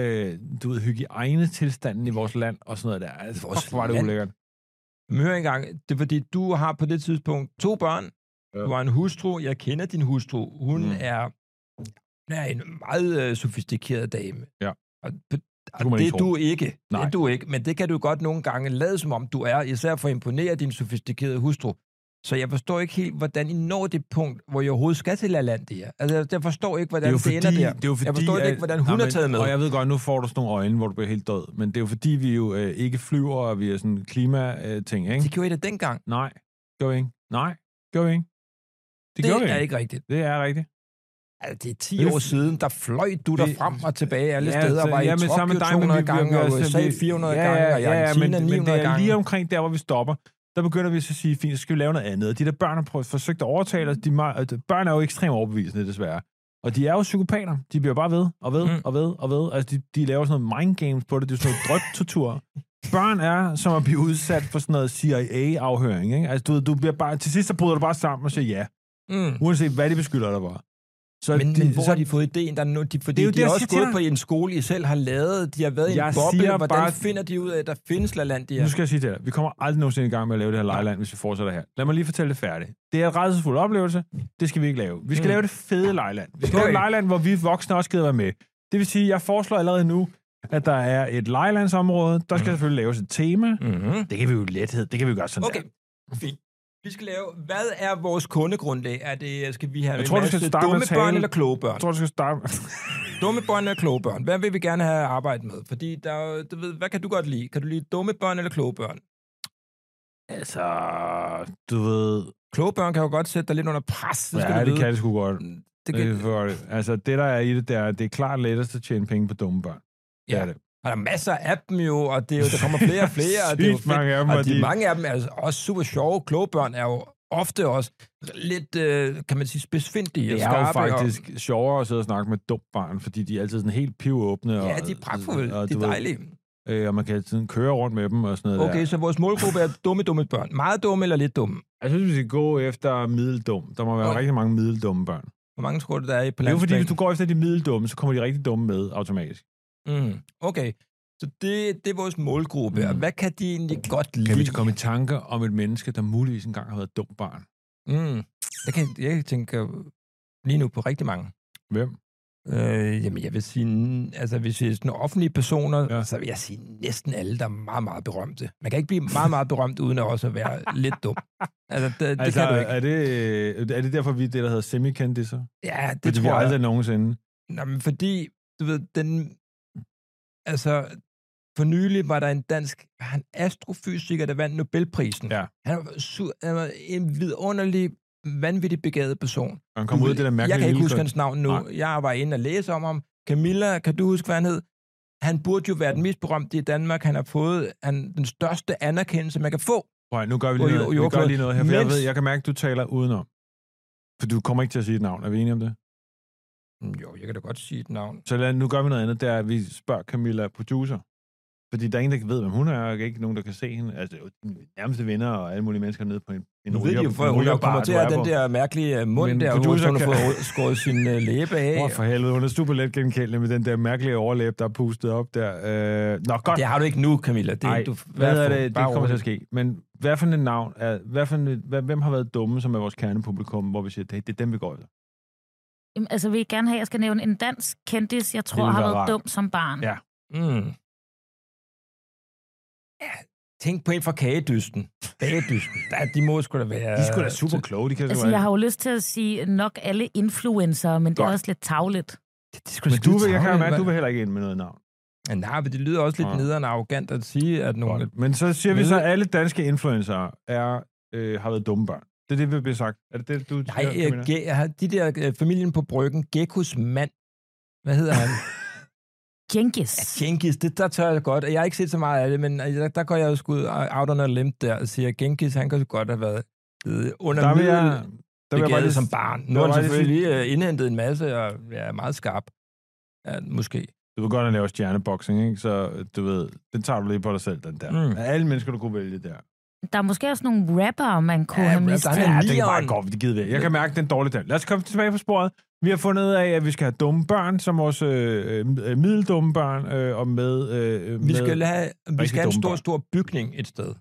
Speaker 2: du ved, hygiejnetilstanden i vores land og sådan noget der. Altså,
Speaker 1: Vores
Speaker 2: vores fuck, hvor var det
Speaker 1: land?
Speaker 2: ulækkert.
Speaker 1: Men hør engang, det er fordi, du har på det tidspunkt to børn. Ja.
Speaker 2: Ja.
Speaker 1: Du har en hustru. Jeg kender din hustru. Hun mm.
Speaker 2: Mm.
Speaker 1: er, hun er en meget øh, sofistikeret dame.
Speaker 2: Ja.
Speaker 1: Og, p-
Speaker 2: kunne
Speaker 1: og
Speaker 2: man
Speaker 1: det
Speaker 2: ikke
Speaker 1: er
Speaker 2: tro.
Speaker 1: du ikke. Nej. Det
Speaker 2: Nej.
Speaker 1: er du ikke, men det kan du godt nogle gange lade som om, du er, især for at imponere din sofistikerede hustru. Så jeg forstår ikke helt, hvordan I når det punkt, hvor I overhovedet skal til LaLandia. Altså, jeg forstår ikke, hvordan det, ender der.
Speaker 2: det er jo fordi,
Speaker 1: jeg forstår ikke,
Speaker 2: at-
Speaker 1: hvordan hun
Speaker 2: Nej,
Speaker 1: er
Speaker 2: men-
Speaker 1: taget med.
Speaker 2: Og jeg ved godt, nu får du sådan nogle øjne, hvor du bliver helt død. Men det er jo fordi, vi jo øh, ikke flyver, og vi er sådan klimating, ikke?
Speaker 1: Det gjorde I da dengang.
Speaker 2: Nej, gør vi ikke. Nej, gør vi ikke. Det,
Speaker 1: Det,
Speaker 2: det gør vi
Speaker 1: er
Speaker 2: ikke.
Speaker 1: ikke rigtigt.
Speaker 2: Det er rigtigt.
Speaker 1: altså, det er 10
Speaker 2: Det-
Speaker 1: år siden, der fløj du der
Speaker 2: Det-
Speaker 1: frem og tilbage alle
Speaker 2: Ja,
Speaker 1: steder, og
Speaker 2: så-
Speaker 1: var i
Speaker 2: ja, men
Speaker 1: Tokyo
Speaker 2: sammen med dig, men
Speaker 1: 200
Speaker 2: vi- vi-
Speaker 1: gange,
Speaker 2: vi-
Speaker 1: og
Speaker 2: altså,
Speaker 1: USA
Speaker 2: vi-
Speaker 1: 400
Speaker 2: ja,
Speaker 1: gange,
Speaker 2: ja,
Speaker 1: og
Speaker 2: ja, ja,
Speaker 1: Argentina
Speaker 2: men, men det
Speaker 1: 900
Speaker 2: er
Speaker 1: gange.
Speaker 2: lige omkring der, hvor vi stopper. Der begynder vi så at sige, fint, så skal vi lave noget andet. Og De der børn har prøvet, forsøgt at overtale os. De, er meget- øh, børn er jo ekstremt overbevisende, desværre. Og de er jo psykopater. De bliver bare ved og ved
Speaker 1: Mm.
Speaker 2: mm. og ved og ved. Altså, de, de laver sådan noget mind games på det. Det er sådan noget drøbtortur. Børn er som at blive udsat for sådan noget CIA-afhøring. Ikke? Altså, du, ved, du bliver bare, til sidst så bryder du bare sammen og siger ja.
Speaker 1: Mm.
Speaker 2: Uanset hvad de beskylder dig for. Så
Speaker 1: Men, men hvor
Speaker 2: så-
Speaker 1: har de fået idéen? Der er no, de, fordi det er
Speaker 2: jo
Speaker 1: jo de
Speaker 2: det,
Speaker 1: har
Speaker 2: jeg
Speaker 1: også
Speaker 2: siger til
Speaker 1: gået på en skole, I selv har lavet. De har været i en
Speaker 2: Jeg
Speaker 1: boble.
Speaker 2: siger
Speaker 1: Hvordan bare...
Speaker 2: bare-
Speaker 1: finder de ud af, at der findes LaLandia?
Speaker 2: Nu skal jeg sige det her. Vi kommer aldrig nogensinde i gang med at lave det her lejland, hvis vi fortsætter her. Lad mig lige fortælle det færdigt. Det er en redselsfuld oplevelse. Det skal vi ikke lave. Vi skal
Speaker 1: Mm.
Speaker 2: mm. lave det fede lejland. Vi skal
Speaker 1: Okay.
Speaker 2: lave et lejland, hvor vi voksne også gider være med. Det vil sige, jeg foreslår allerede nu, at der er et lejlandsområde. Der skal
Speaker 1: Mm.
Speaker 2: selvfølgelig laves et tema.
Speaker 1: Mm-hmm.
Speaker 2: Mm. Det kan vi jo lethed. Det kan vi jo gøre sådan
Speaker 1: Okay,
Speaker 2: der.
Speaker 1: fint. Vi skal lave, hvad er vores kundegrundlag? Er det, skal vi have
Speaker 2: Jeg
Speaker 1: en
Speaker 2: tror, du
Speaker 1: masse
Speaker 2: skal starte med
Speaker 1: dumme
Speaker 2: at tale-
Speaker 1: børn eller kloge børn?
Speaker 2: Jeg tror, du skal starte med...
Speaker 1: Dumme børn eller kloge børn? Hvad vil vi gerne have at arbejde med? Fordi, der, er jo- du ved, hvad kan du godt lide? Kan du lide dumme børn eller kloge børn?
Speaker 2: altså, du ved...
Speaker 1: Kloge børn kan jo godt sætte dig lidt under pres. Det skal
Speaker 2: Ja,
Speaker 1: du
Speaker 2: det
Speaker 1: vide.
Speaker 2: kan det sgu godt.
Speaker 1: Det
Speaker 2: Det
Speaker 1: kan,
Speaker 2: kan... godt. Altså, det der er i det, der, er, det er klart lettest at tjene penge på dumme børn. Det
Speaker 1: Ja.
Speaker 2: er det.
Speaker 1: og der er masser af dem jo, og det er jo, der kommer flere og flere. og det er jo
Speaker 2: Sygt mange af dem,
Speaker 1: Og
Speaker 2: og
Speaker 1: de,
Speaker 2: de-
Speaker 1: mange af dem er altså også super sjove. Kloge børn er jo ofte også lidt, øh, kan man sige, spidsfindige og
Speaker 2: Det er jo
Speaker 1: skarpe.
Speaker 2: faktisk og... sjovere at sidde og snakke med et dumt barn, fordi de er altid sådan helt pivåbne.
Speaker 1: Og,
Speaker 2: og,
Speaker 1: ja, de er pragtfulde.
Speaker 2: og
Speaker 1: De
Speaker 2: du
Speaker 1: er
Speaker 2: ved,
Speaker 1: dejlige.
Speaker 2: Øh, og man kan sådan køre rundt med dem og sådan noget
Speaker 1: Okay,
Speaker 2: der.
Speaker 1: så vores målgruppe er dumme, dumme børn. Meget dumme eller lidt dumme?
Speaker 2: Jeg synes, vi skal gå efter middeldum. Der må være
Speaker 1: Okay.
Speaker 2: okay. rigtig mange middeldumme børn.
Speaker 1: Hvor mange tror du, der er i på
Speaker 2: Det er jo fordi,
Speaker 1: landsplan?
Speaker 2: hvis du går efter de middeldumme, så kommer de rigtig dumme med automatisk.
Speaker 1: Mm, okay, så det, det er vores målgruppe. Mm.
Speaker 2: Mm.
Speaker 1: Og hvad kan de egentlig godt lide?
Speaker 2: Kan vi komme i tanke om et menneske, der muligvis engang har været et dumt barn?
Speaker 1: mm, jeg, kan, jeg tænker lige nu på rigtig mange.
Speaker 2: Hvem?
Speaker 1: Øh, jamen, jeg vil sige, n- altså hvis det er sådan offentlige personer, ja.
Speaker 2: Ja.
Speaker 1: så vil jeg sige næsten alle, der er meget, meget berømte. Man kan ikke blive meget, meget berømt, uden at også være lidt dum. Altså, det, det
Speaker 2: altså,
Speaker 1: kan du ikke.
Speaker 2: Er, det, øh, er det derfor, vi er det, der hedder semikendiser?
Speaker 1: Ja, det
Speaker 2: Fordi vi
Speaker 1: tror jeg.
Speaker 2: aldrig nogensinde.
Speaker 1: Nå, men fordi, du ved, den... Altså, for nylig var der en dansk... var Han astrofysiker, der vandt Nobelprisen.
Speaker 2: Ja.
Speaker 1: Han var, su- han var en vidunderlig, vanvittig begavet person.
Speaker 2: Han kommer ud af det der mærkelige
Speaker 1: jeg kan ikke
Speaker 2: lille
Speaker 1: huske hans navn nu.
Speaker 2: Nej.
Speaker 1: Jeg var inde og læse om ham. Camilla, kan du huske, hvad han hed? Han burde jo være den mest berømte i Danmark. Han har fået han, den største anerkendelse, man kan få.
Speaker 2: Prøv at, nu gør vi
Speaker 1: På
Speaker 2: lige,
Speaker 1: jord-
Speaker 2: noget, vi gør
Speaker 1: jordkloden.
Speaker 2: lige noget her, for jeg,
Speaker 1: Mens-
Speaker 2: ved, jeg kan mærke, at du taler udenom. For du kommer ikke til at sige et navn, er vi enige om det?
Speaker 1: Mm, Jo, jeg kan da godt sige et navn.
Speaker 2: Så lad, nu gør vi noget andet, det er, at vi spørger Camilla producer. Fordi der er ingen, der ved, hvem hun er, og ikke nogen, der kan se hende. Altså, det er jo dine nærmeste venner og alle mulige mennesker nede på en, en
Speaker 1: Nu ved
Speaker 2: ryger-
Speaker 1: de jo, for
Speaker 2: en
Speaker 1: hun
Speaker 2: rygerbar,
Speaker 1: kommer til
Speaker 2: du
Speaker 1: at
Speaker 2: er
Speaker 1: have
Speaker 2: på.
Speaker 1: den der mærkelige mund
Speaker 2: Men
Speaker 1: der, hvor hun
Speaker 2: producer
Speaker 1: har
Speaker 2: kan-
Speaker 1: fået skåret sin øh, læbe af.
Speaker 2: Åh, for helvede, hun er super let genkendelig med den der mærkelige overlæb, der er pustet op der. Øh, nå, godt.
Speaker 1: Det har du ikke nu, Camilla. Det,
Speaker 2: Ej,
Speaker 1: du,
Speaker 2: Hvad er
Speaker 1: for-
Speaker 2: det, det
Speaker 1: bare
Speaker 2: kommer til at
Speaker 1: rolig.
Speaker 2: ske. Men hvad for et navn er, hvad for en, hvad, hvem har været dumme, som er vores kernepublikum, hvor vi siger, det, det er dem, vi går efter?
Speaker 4: Jamen, altså, vil I gerne have, at jeg skal nævne en dansk kendis, jeg tror
Speaker 2: ville
Speaker 4: har
Speaker 2: være
Speaker 4: været
Speaker 2: rart.
Speaker 4: dum som barn.
Speaker 2: Ja.
Speaker 1: Mm. Ja, tænk på en fra kagedysten. Bagedysten. Der, de må sgu da være...
Speaker 2: De er sgu da super kloge, de kan
Speaker 4: Altså,
Speaker 2: sgu
Speaker 4: jeg har jo lyst til at sige nok alle influencer, men det er
Speaker 2: Godt.
Speaker 4: også lidt tavligt.
Speaker 1: De, de er sgu da
Speaker 2: Men du
Speaker 1: skide
Speaker 2: vil, jeg kan jo
Speaker 1: travle,
Speaker 2: mærke, du
Speaker 1: mand.
Speaker 2: vil heller ikke ind med noget navn.
Speaker 1: Ja, nej, men det lyder også lidt
Speaker 2: Ah.
Speaker 1: nederen og arrogant at sige, at nogle...
Speaker 2: Men så siger vi
Speaker 1: Men-
Speaker 2: så, at alle danske influencer er, øh, har været dumme børn. Det er det, vi bliver sagt. Er det det, du
Speaker 1: Nej,
Speaker 2: siger,
Speaker 1: øh,
Speaker 2: Camilla?
Speaker 1: ge- har de der øh, familien på bryggen, Gekos mand, hvad hedder han?
Speaker 4: Genghis.
Speaker 1: Ja, Genghis, det der tør jeg godt. Og Jeg har ikke set så meget af det, men øh, der, der går jeg jo sgu ud out on a limb der og siger, at Genghis, han kan jo godt have været øh, under
Speaker 2: der vil jeg,
Speaker 1: middel-
Speaker 2: der vil jeg bare lige,
Speaker 1: som barn. Nu
Speaker 2: der
Speaker 1: har
Speaker 2: var
Speaker 1: han
Speaker 2: det
Speaker 1: selvfølgelig lige øh, indhentet en masse, og ja, er meget skarp. Ja, måske.
Speaker 2: Du ved godt, at lave stjerneboxing, ikke? så du ved, den tager du lige på dig selv, den der.
Speaker 1: Mm.
Speaker 2: Mm. Alle mennesker, du kunne vælge der.
Speaker 4: Der er måske også nogle rapper, man kunne
Speaker 1: Ja,
Speaker 4: ja, have
Speaker 1: rapper,
Speaker 2: altså,
Speaker 4: mistet.
Speaker 1: der er en
Speaker 2: det kan bare
Speaker 1: Leon.
Speaker 2: godt, det gider vi. Jeg kan mærke, den dårlige dag. Lad os komme tilbage på sporet. Vi har fundet ud af, at vi skal have dumme børn, som vores øh, øh, middeldumme børn, øh, og med... Øh,
Speaker 1: Vi
Speaker 2: med
Speaker 1: skal have, vi
Speaker 2: rigtig
Speaker 1: skal have en
Speaker 2: dumme
Speaker 1: stor,
Speaker 2: børn.
Speaker 1: stor bygning et sted. Og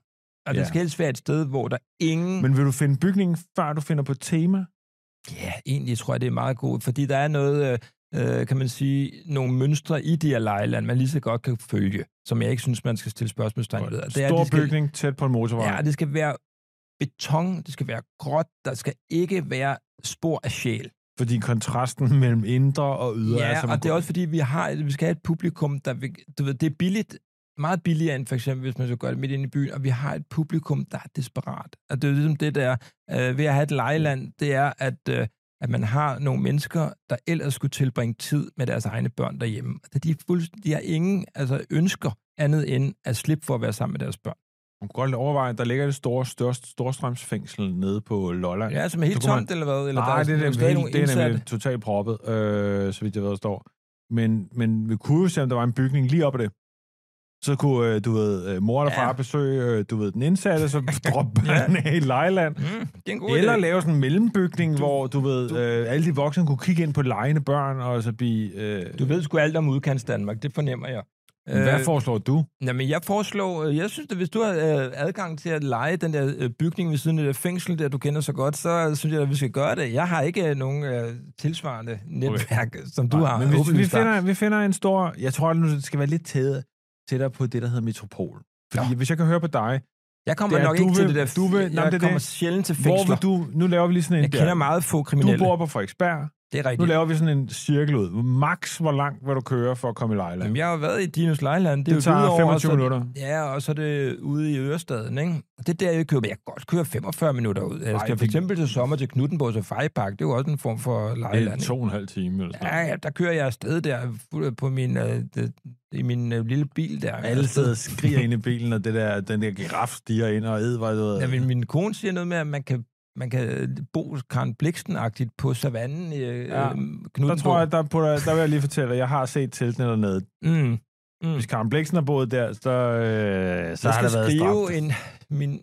Speaker 1: ja.
Speaker 2: Ja.
Speaker 1: det skal helst være et sted, hvor der ingen... Men,
Speaker 2: Men vil du finde bygningen, før du finder på tema?
Speaker 1: ja, egentlig tror jeg, det er meget godt, fordi der er noget, øh, øh, kan man sige, nogle mønstre i de her lejland, man lige så godt kan følge, som jeg ikke synes, man skal stille spørgsmålstegn ved. Og
Speaker 2: Stor
Speaker 1: at de skal-
Speaker 2: bygning tæt på en motorvej.
Speaker 1: Ja, det skal være beton, det skal være gråt, der skal ikke være spor af sjæl.
Speaker 2: Fordi kontrasten mellem indre og ydre
Speaker 1: Ja,
Speaker 2: er som
Speaker 1: og
Speaker 2: en
Speaker 1: det er
Speaker 2: god-
Speaker 1: også fordi, vi, har, et- vi skal have et publikum, der vil, du ved, det er billigt, meget billigere end for eksempel, hvis man skal gøre det midt inde i byen, og vi har et publikum, der er desperat. Og det er jo ligesom det der, øh, ved at have et lejeland, det er, at, øh, at man har nogle mennesker, der ellers skulle tilbringe tid med deres egne børn derhjemme. Altså, de, er fuldstændig, de har ingen altså, ønsker andet end at slippe for at være sammen med deres børn.
Speaker 2: Man kunne godt overveje, at der ligger det store, størst, storstrømsfængsel nede på Lolland.
Speaker 1: Ja, som er helt
Speaker 2: Så kunne man-
Speaker 1: tomt, eller hvad? Eller
Speaker 2: Nej, det er,
Speaker 1: sådan-
Speaker 2: nemlig,
Speaker 1: stadig
Speaker 2: helt-
Speaker 1: nogle
Speaker 2: det er
Speaker 1: indsatte.
Speaker 2: nemlig totalt proppet, øh, så vidt jeg ved, der står. Men, men vi kunne jo se, om der var en bygning lige oppe af det. Så kunne, øh, du ved, øh, mor eller
Speaker 1: Ja.
Speaker 2: far besøge, øh, du ved, den indsatte, så droppe børnene af i lejland.
Speaker 1: Mm, det er en god
Speaker 2: Eller
Speaker 1: idé.
Speaker 2: lave sådan en mellembygning,
Speaker 1: Du-
Speaker 2: hvor, du ved,
Speaker 1: du-
Speaker 2: øh, alle de voksne kunne kigge ind på lejende børn, og så blive... Øh,
Speaker 1: Du ved sgu alt om udkants Danmark, det fornemmer jeg.
Speaker 2: Hvad
Speaker 1: Øh,
Speaker 2: foreslår du?
Speaker 1: Jamen, jeg foreslår, øh, jeg synes, at hvis du har øh, adgang til at lege den der øh, bygning ved siden af det der fængsel, der du kender så godt, så synes jeg, at vi skal gøre det. Jeg har ikke øh, nogen øh, tilsvarende netværk, okay. som du
Speaker 2: Nej,
Speaker 1: har.
Speaker 2: Men hvis, vi,
Speaker 1: åbenlyst har.
Speaker 2: finder, vi finder en stor... Jeg tror, at nu skal være lidt tættere, tættere på det, der hedder Metropol. Fordi ja. hvis jeg kan høre på dig,
Speaker 1: jeg kommer
Speaker 2: det er,
Speaker 1: nok
Speaker 2: du
Speaker 1: ikke til
Speaker 2: vil-
Speaker 1: det der.
Speaker 2: du vil-
Speaker 1: jeg
Speaker 2: Nå, men det er
Speaker 1: kommer
Speaker 2: det.
Speaker 1: sjældent til
Speaker 2: hvor
Speaker 1: fængsler.
Speaker 2: vil du... Nu laver vi lige sådan en...
Speaker 1: Jeg kender meget få
Speaker 2: Du
Speaker 1: kriminelle.
Speaker 2: bor på Frederiksberg.
Speaker 1: Det er
Speaker 2: Nu
Speaker 1: rigtigt.
Speaker 2: laver vi sådan en cirkel ud. Max, hvor langt vil du køre for at komme i Lejland?
Speaker 1: Jamen, jeg har jo været i Dinos Lejland. Det, er
Speaker 2: det
Speaker 1: jo
Speaker 2: tager
Speaker 1: Hvidovre,
Speaker 2: 25
Speaker 1: så-
Speaker 2: minutter.
Speaker 1: Ja, og så er det ude i Ørestaden, ikke? Og det er der, jeg køber. Jeg kan godt køre 45 minutter ud. Jeg skal
Speaker 2: det-
Speaker 1: for eksempel til sommer til Knuttenborg Safari Park. Det er jo også en form for
Speaker 2: Det er
Speaker 1: lejland.
Speaker 2: to og en halv time eller sådan
Speaker 1: Ja, ja, der kører jeg afsted der fu- på min, øh, det, i min øh, lille bil der.
Speaker 2: Alle sidder og skriger ind i bilen, og det der, den der giraf stiger ind og æder, hvad du ved.
Speaker 1: Ja, men min kone siger noget med, at man kan, man kan øh, bo Karen Bliksen-agtigt på savannen i øh,
Speaker 2: Ja.
Speaker 1: ja.
Speaker 2: der tror jeg, der, på, der vil jeg lige fortælle, at jeg har set teltene dernede.
Speaker 1: Mm. Mm.
Speaker 2: Hvis Karen Bliksen har boet der, så, øh, så
Speaker 1: jeg
Speaker 2: har
Speaker 1: skal
Speaker 2: det været
Speaker 1: skrive
Speaker 2: stramt.
Speaker 1: en... Min,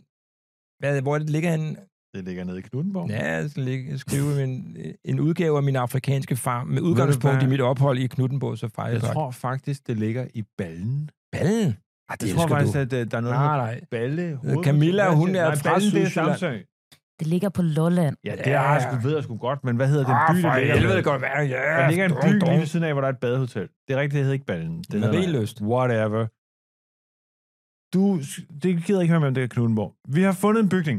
Speaker 1: hvad, hvor er det det ligger henne?
Speaker 2: Det ligger nede i Knuttenborg.
Speaker 1: Ja, jeg skal ligge- skrive en, øh, en udgave af min afrikanske farm med udgangspunkt i
Speaker 2: hvad?
Speaker 1: mit ophold i Knuttenborg Safari
Speaker 2: jeg
Speaker 1: Park.
Speaker 2: tror faktisk, det ligger i ballen.
Speaker 1: Ballen? Ej, Ah, det
Speaker 2: jeg tror
Speaker 1: elsker
Speaker 2: faktisk,
Speaker 1: du.
Speaker 2: at øh, der er noget, der
Speaker 1: Nej,
Speaker 2: hedder
Speaker 1: nej.
Speaker 2: balle. hovedbeklædning.
Speaker 1: Camilla, hun er
Speaker 2: Nej,
Speaker 1: fra
Speaker 2: Ballen, det er
Speaker 1: Sydsjælland.
Speaker 2: Samsø.
Speaker 4: Det ligger på Lolland.
Speaker 2: Ja, det har jeg sgu, ved jeg sgu godt, men hvad hedder den by, det ligger? ved?
Speaker 1: Ah, godt være. Ja,
Speaker 2: Der ligger en by lige ved siden af, hvor der er et badehotel. Det er rigtigt, det hedder ikke Ballen. Det hedder
Speaker 1: Marielyst.
Speaker 2: Whatever. Du, det gider jeg ikke høre med, om det er Knuthenborg. Vi har fundet en bygning.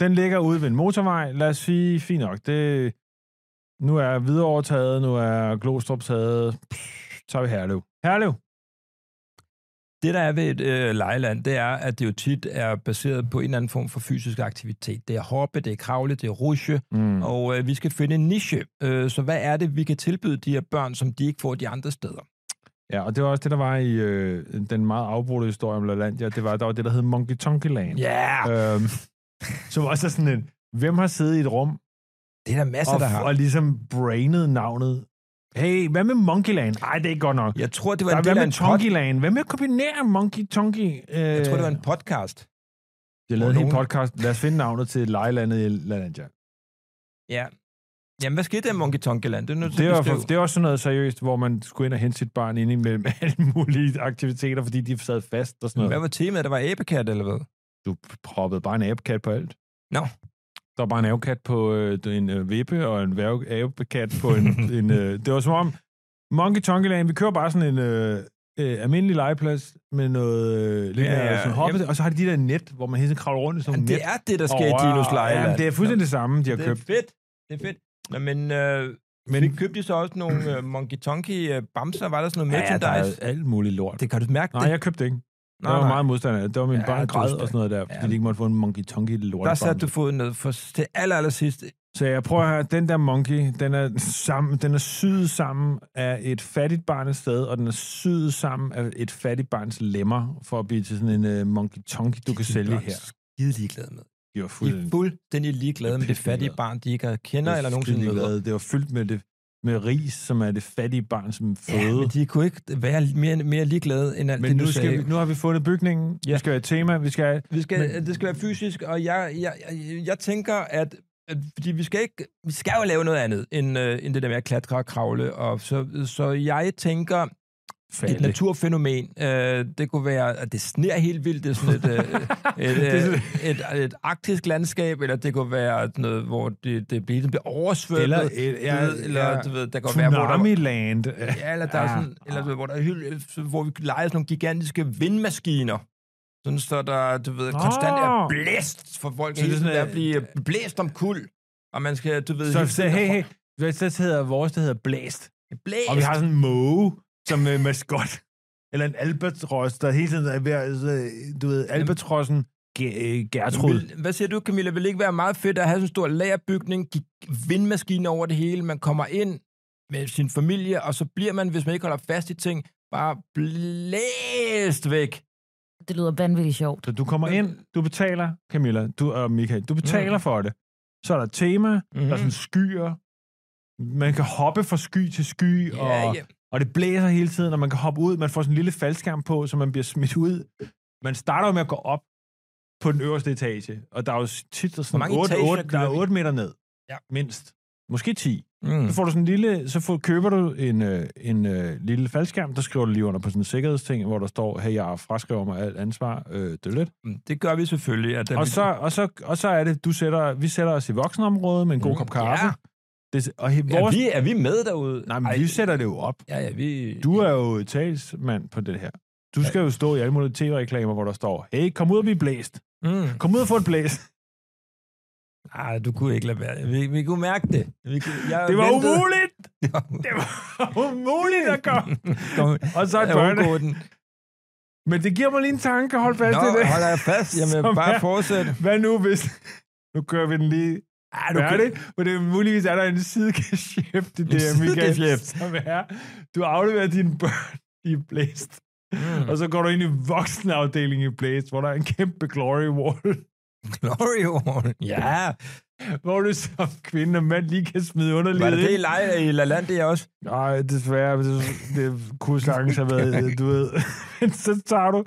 Speaker 2: Den ligger ude ved en motorvej. Lad os sige, fint nok. Det, nu er Hvidovre taget, nu er Glostrup taget. Pff, så er vi Herlev. Herlev!
Speaker 1: Det, der er ved et øh, lejeland, det er, at det jo tit er baseret på en eller anden form for fysisk aktivitet. Det er hoppe, det er kravle, det er rusje,
Speaker 2: Mm.
Speaker 1: og øh, vi skal finde en niche. Øh, så hvad er det, vi kan tilbyde de her børn, som de ikke får de andre steder?
Speaker 2: Ja, og det var også det, der var i øh, den meget afbrudte historie om LaLandia. Det var, der var det, der hed Monkey Tonky Land.
Speaker 1: Ja, yeah.
Speaker 2: Øhm, som også er sådan en, hvem har siddet i et rum
Speaker 1: det er der masser,
Speaker 2: og,
Speaker 1: Altså, der har.
Speaker 2: og ligesom brainet navnet? Hey, hvad med Monkeyland? Nej, det er ikke godt nok.
Speaker 1: Jeg tror, det var
Speaker 2: Der,
Speaker 1: en
Speaker 2: hvad
Speaker 1: del af
Speaker 2: med
Speaker 1: en pod-
Speaker 2: Tonkyland? Hvad med at kombinere Monkey Tonky? Øh,
Speaker 1: Jeg tror, det var en podcast.
Speaker 2: Jeg lavede en hel
Speaker 1: Nogen-
Speaker 2: podcast. Lad os finde navnet til lejelandet i LaLandia.
Speaker 1: Ja. Jamen, hvad skete der i Monkey Tonkeland? Det er nødt til
Speaker 2: Det
Speaker 1: at
Speaker 2: var,
Speaker 1: beskrive.
Speaker 2: det var sådan noget seriøst, hvor man skulle ind og hente sit barn ind imellem alle mulige aktiviteter, fordi de sad fast og sådan noget.
Speaker 1: Hvad var temaet? Der var æbekat, eller hvad?
Speaker 2: du proppede bare en abekat på alt.
Speaker 1: Nå.
Speaker 2: Der var bare en abekat på øh, en øh, vippe, og en værg- abekat på en... en øh, det var som om, Monkey Tonky Land, vi kører bare sådan en øh, øh, almindelig legeplads med noget øh, lidt
Speaker 1: Ja,
Speaker 2: mere
Speaker 1: ja,
Speaker 2: sådan hoppe, og så har de de der net, hvor man hele tiden kravler rundt i sådan
Speaker 1: Jamen,
Speaker 2: nogle
Speaker 1: det
Speaker 2: net.
Speaker 1: er det, der sker i Dinos Lejland.
Speaker 2: Ja, det er fuldstændig det samme, de har
Speaker 1: Det er
Speaker 2: købt.
Speaker 1: fedt. Det er fedt. Nå, men, øh,
Speaker 2: Men-
Speaker 1: men vi købte så også nogle øh, Monkey Tonky øh, bamser. Var der sådan noget
Speaker 2: Ja, der
Speaker 1: merchandise?
Speaker 2: er alt muligt lort.
Speaker 1: det kan du mærke.
Speaker 2: Nej,
Speaker 1: det.
Speaker 2: jeg købte det ikke. Der
Speaker 1: Nå,
Speaker 2: var
Speaker 1: nej.
Speaker 2: meget modstand af det. Det var min
Speaker 1: Ja,
Speaker 2: ja, barn
Speaker 1: det er
Speaker 2: græd
Speaker 1: svært.
Speaker 2: og sådan noget der, fordi
Speaker 1: Ja.
Speaker 2: de ikke måtte få en Monkey Tonky lort.
Speaker 1: der satte du foden ned for til aller, aller sidst.
Speaker 2: Så jeg prøver her, den der monkey, den er, sammen, den er syet sammen af et fattigt barn et sted, og den er syet sammen af et fattigt barns lemmer, for at blive til sådan en uh, monkey tonky, du kan sælge her.
Speaker 1: Skide ligeglade med.
Speaker 2: Det var
Speaker 1: De er
Speaker 2: fuldt
Speaker 1: fuldstændig ligeglade med det
Speaker 2: Pisse
Speaker 1: fattige
Speaker 2: ligeglade.
Speaker 1: barn, de ikke kender eller nogensinde møder.
Speaker 2: Det var fyldt med, det, med ris, som er det fattige barn, som
Speaker 1: Ja,
Speaker 2: føde.
Speaker 1: men de kunne ikke være mere, mere ligeglade end alt
Speaker 2: men
Speaker 1: det,
Speaker 2: nu,
Speaker 1: du sagde.
Speaker 2: skal vi, nu har vi fundet bygningen, ja.
Speaker 1: Ja.
Speaker 2: vi skal have et tema, vi skal have...
Speaker 1: Vi skal,
Speaker 2: Men-
Speaker 1: men, det skal være fysisk, og jeg, jeg, jeg, jeg tænker, at, at fordi vi skal, ikke, vi skal jo lave noget andet, end, øh, end det der med at klatre og kravle. Og så, så jeg tænker, et
Speaker 2: Falde.
Speaker 1: naturfænomen, øh, det kunne være, at det sner helt vildt, det er sådan et, øh, et,
Speaker 2: er
Speaker 1: øh,
Speaker 2: sådan-
Speaker 1: et, et, et arktisk landskab, eller det kunne være sådan noget, hvor det, det bliver, det bliver oversvømmet.
Speaker 2: Eller,
Speaker 1: du
Speaker 2: et, ja,
Speaker 1: ved, eller du ved, der kan være, hvor der,
Speaker 2: Tsunami-land.
Speaker 1: Ja, eller der er
Speaker 2: Ja.
Speaker 1: sådan, eller du ved, hvor der er hyld, hvor vi leger sådan nogle gigantiske vindmaskiner. Sådan så der, du ved, konstant er
Speaker 2: Åh.
Speaker 1: blæst, for folk
Speaker 2: Så
Speaker 1: kan
Speaker 2: det er
Speaker 1: hele tiden
Speaker 2: sådan, øh,
Speaker 1: der blive blæst om kul. Og man skal, du ved,
Speaker 2: Så,
Speaker 1: hele
Speaker 2: så
Speaker 1: tiden
Speaker 2: hey, hey,
Speaker 1: derfra-
Speaker 2: hvad så hedder vores, det hedder Blæst.
Speaker 1: blæst.
Speaker 2: Og vi har sådan en måge som øh, maskot. Eller en albatros, der hele tiden er ved at, øh, du ved, albatrossen Ge- øh, Gertrud.
Speaker 1: Vil- Hvad siger du, Camilla? Vil det ikke være meget fedt at have sådan en stor lagerbygning, gik- vindmaskine over det hele, man kommer ind med sin familie, og så bliver man, hvis man ikke holder fast i ting, bare blæst væk.
Speaker 4: Det lyder vanvittigt sjovt.
Speaker 2: Så du kommer
Speaker 1: Men-
Speaker 2: ind, du betaler, Camilla du, og Michael, du betaler
Speaker 1: Mm.
Speaker 2: for det. Så er der et tema, der er sådan skyer. Man kan hoppe fra sky til sky, og,
Speaker 1: Ja, ja.
Speaker 2: og det blæser hele tiden, og man kan hoppe ud. Man får sådan en lille faldskærm på, så man bliver smidt ud. Man starter jo med at gå op på den øverste etage, og der er jo tit sådan
Speaker 1: mange
Speaker 2: 8,
Speaker 1: etager
Speaker 2: 8, der
Speaker 1: kører
Speaker 2: er
Speaker 1: vi?
Speaker 2: 8 meter ned,
Speaker 1: Ja.
Speaker 2: mindst. Måske 10.
Speaker 1: Mm.
Speaker 2: Så får du sådan en lille, så får, køber du en, øh, en øh, lille faldskærm, der skriver du lige under på sådan en sikkerhedsting, hvor der står, hey, jeg fraskriver mig alt ansvar, øh, det er lidt.
Speaker 1: Mm. Det gør vi selvfølgelig. At den-
Speaker 2: Og så, og, så, og så er det, du sætter, vi sætter os i voksenområdet med en god
Speaker 1: Mm,
Speaker 2: kop kaffe.
Speaker 1: ja.
Speaker 2: Det, og he,
Speaker 1: er,
Speaker 2: vores,
Speaker 1: vi, er vi med derude?
Speaker 2: nej, men
Speaker 1: Ej,
Speaker 2: vi sætter det jo op.
Speaker 1: Ja, ja, vi...
Speaker 2: Du er jo talsmand på det her. Du skal jo stå i alle mulige tv-reklamer, hvor der står, hey, kom ud og bliv blæst.
Speaker 1: Mm.
Speaker 2: Kom ud og få et blæst.
Speaker 1: Ej, du kunne ikke lade være. Vi, vi kunne mærke det. Vi kunne, jeg
Speaker 2: Det var
Speaker 1: ventede-
Speaker 2: umuligt! Det var umuligt at komme.
Speaker 1: Kom,
Speaker 2: Og så et
Speaker 1: jeg
Speaker 2: børne.
Speaker 1: undgå den.
Speaker 2: Men det giver mig lige en tanke, hold fast
Speaker 1: Nå,
Speaker 2: i det.
Speaker 1: holder jeg fast? Jamen,
Speaker 2: Som
Speaker 1: bare
Speaker 2: er-
Speaker 1: fortsæt. Ah,
Speaker 2: Hvad nu hvis... Nu kører vi den lige
Speaker 1: Ej,
Speaker 2: er færdig, men det er muligvis er der en sidegeschæft i det her, Michael,
Speaker 1: sidegeschæft.
Speaker 2: som er, du afleverer dine børn i Blæst,
Speaker 1: Mm.
Speaker 2: og så går du ind i voksenafdelingen i Blæst, hvor der er en kæmpe glory wall,
Speaker 1: Glory Hall. Ja.
Speaker 2: hvor du som kvinde og mand lige kan smide
Speaker 1: Var
Speaker 2: underlivet
Speaker 1: det det i
Speaker 2: ind.
Speaker 1: Lej i La Landia også?
Speaker 2: Nej, desværre, men det, det kunne sagtens have været, du ved. Men så tager du,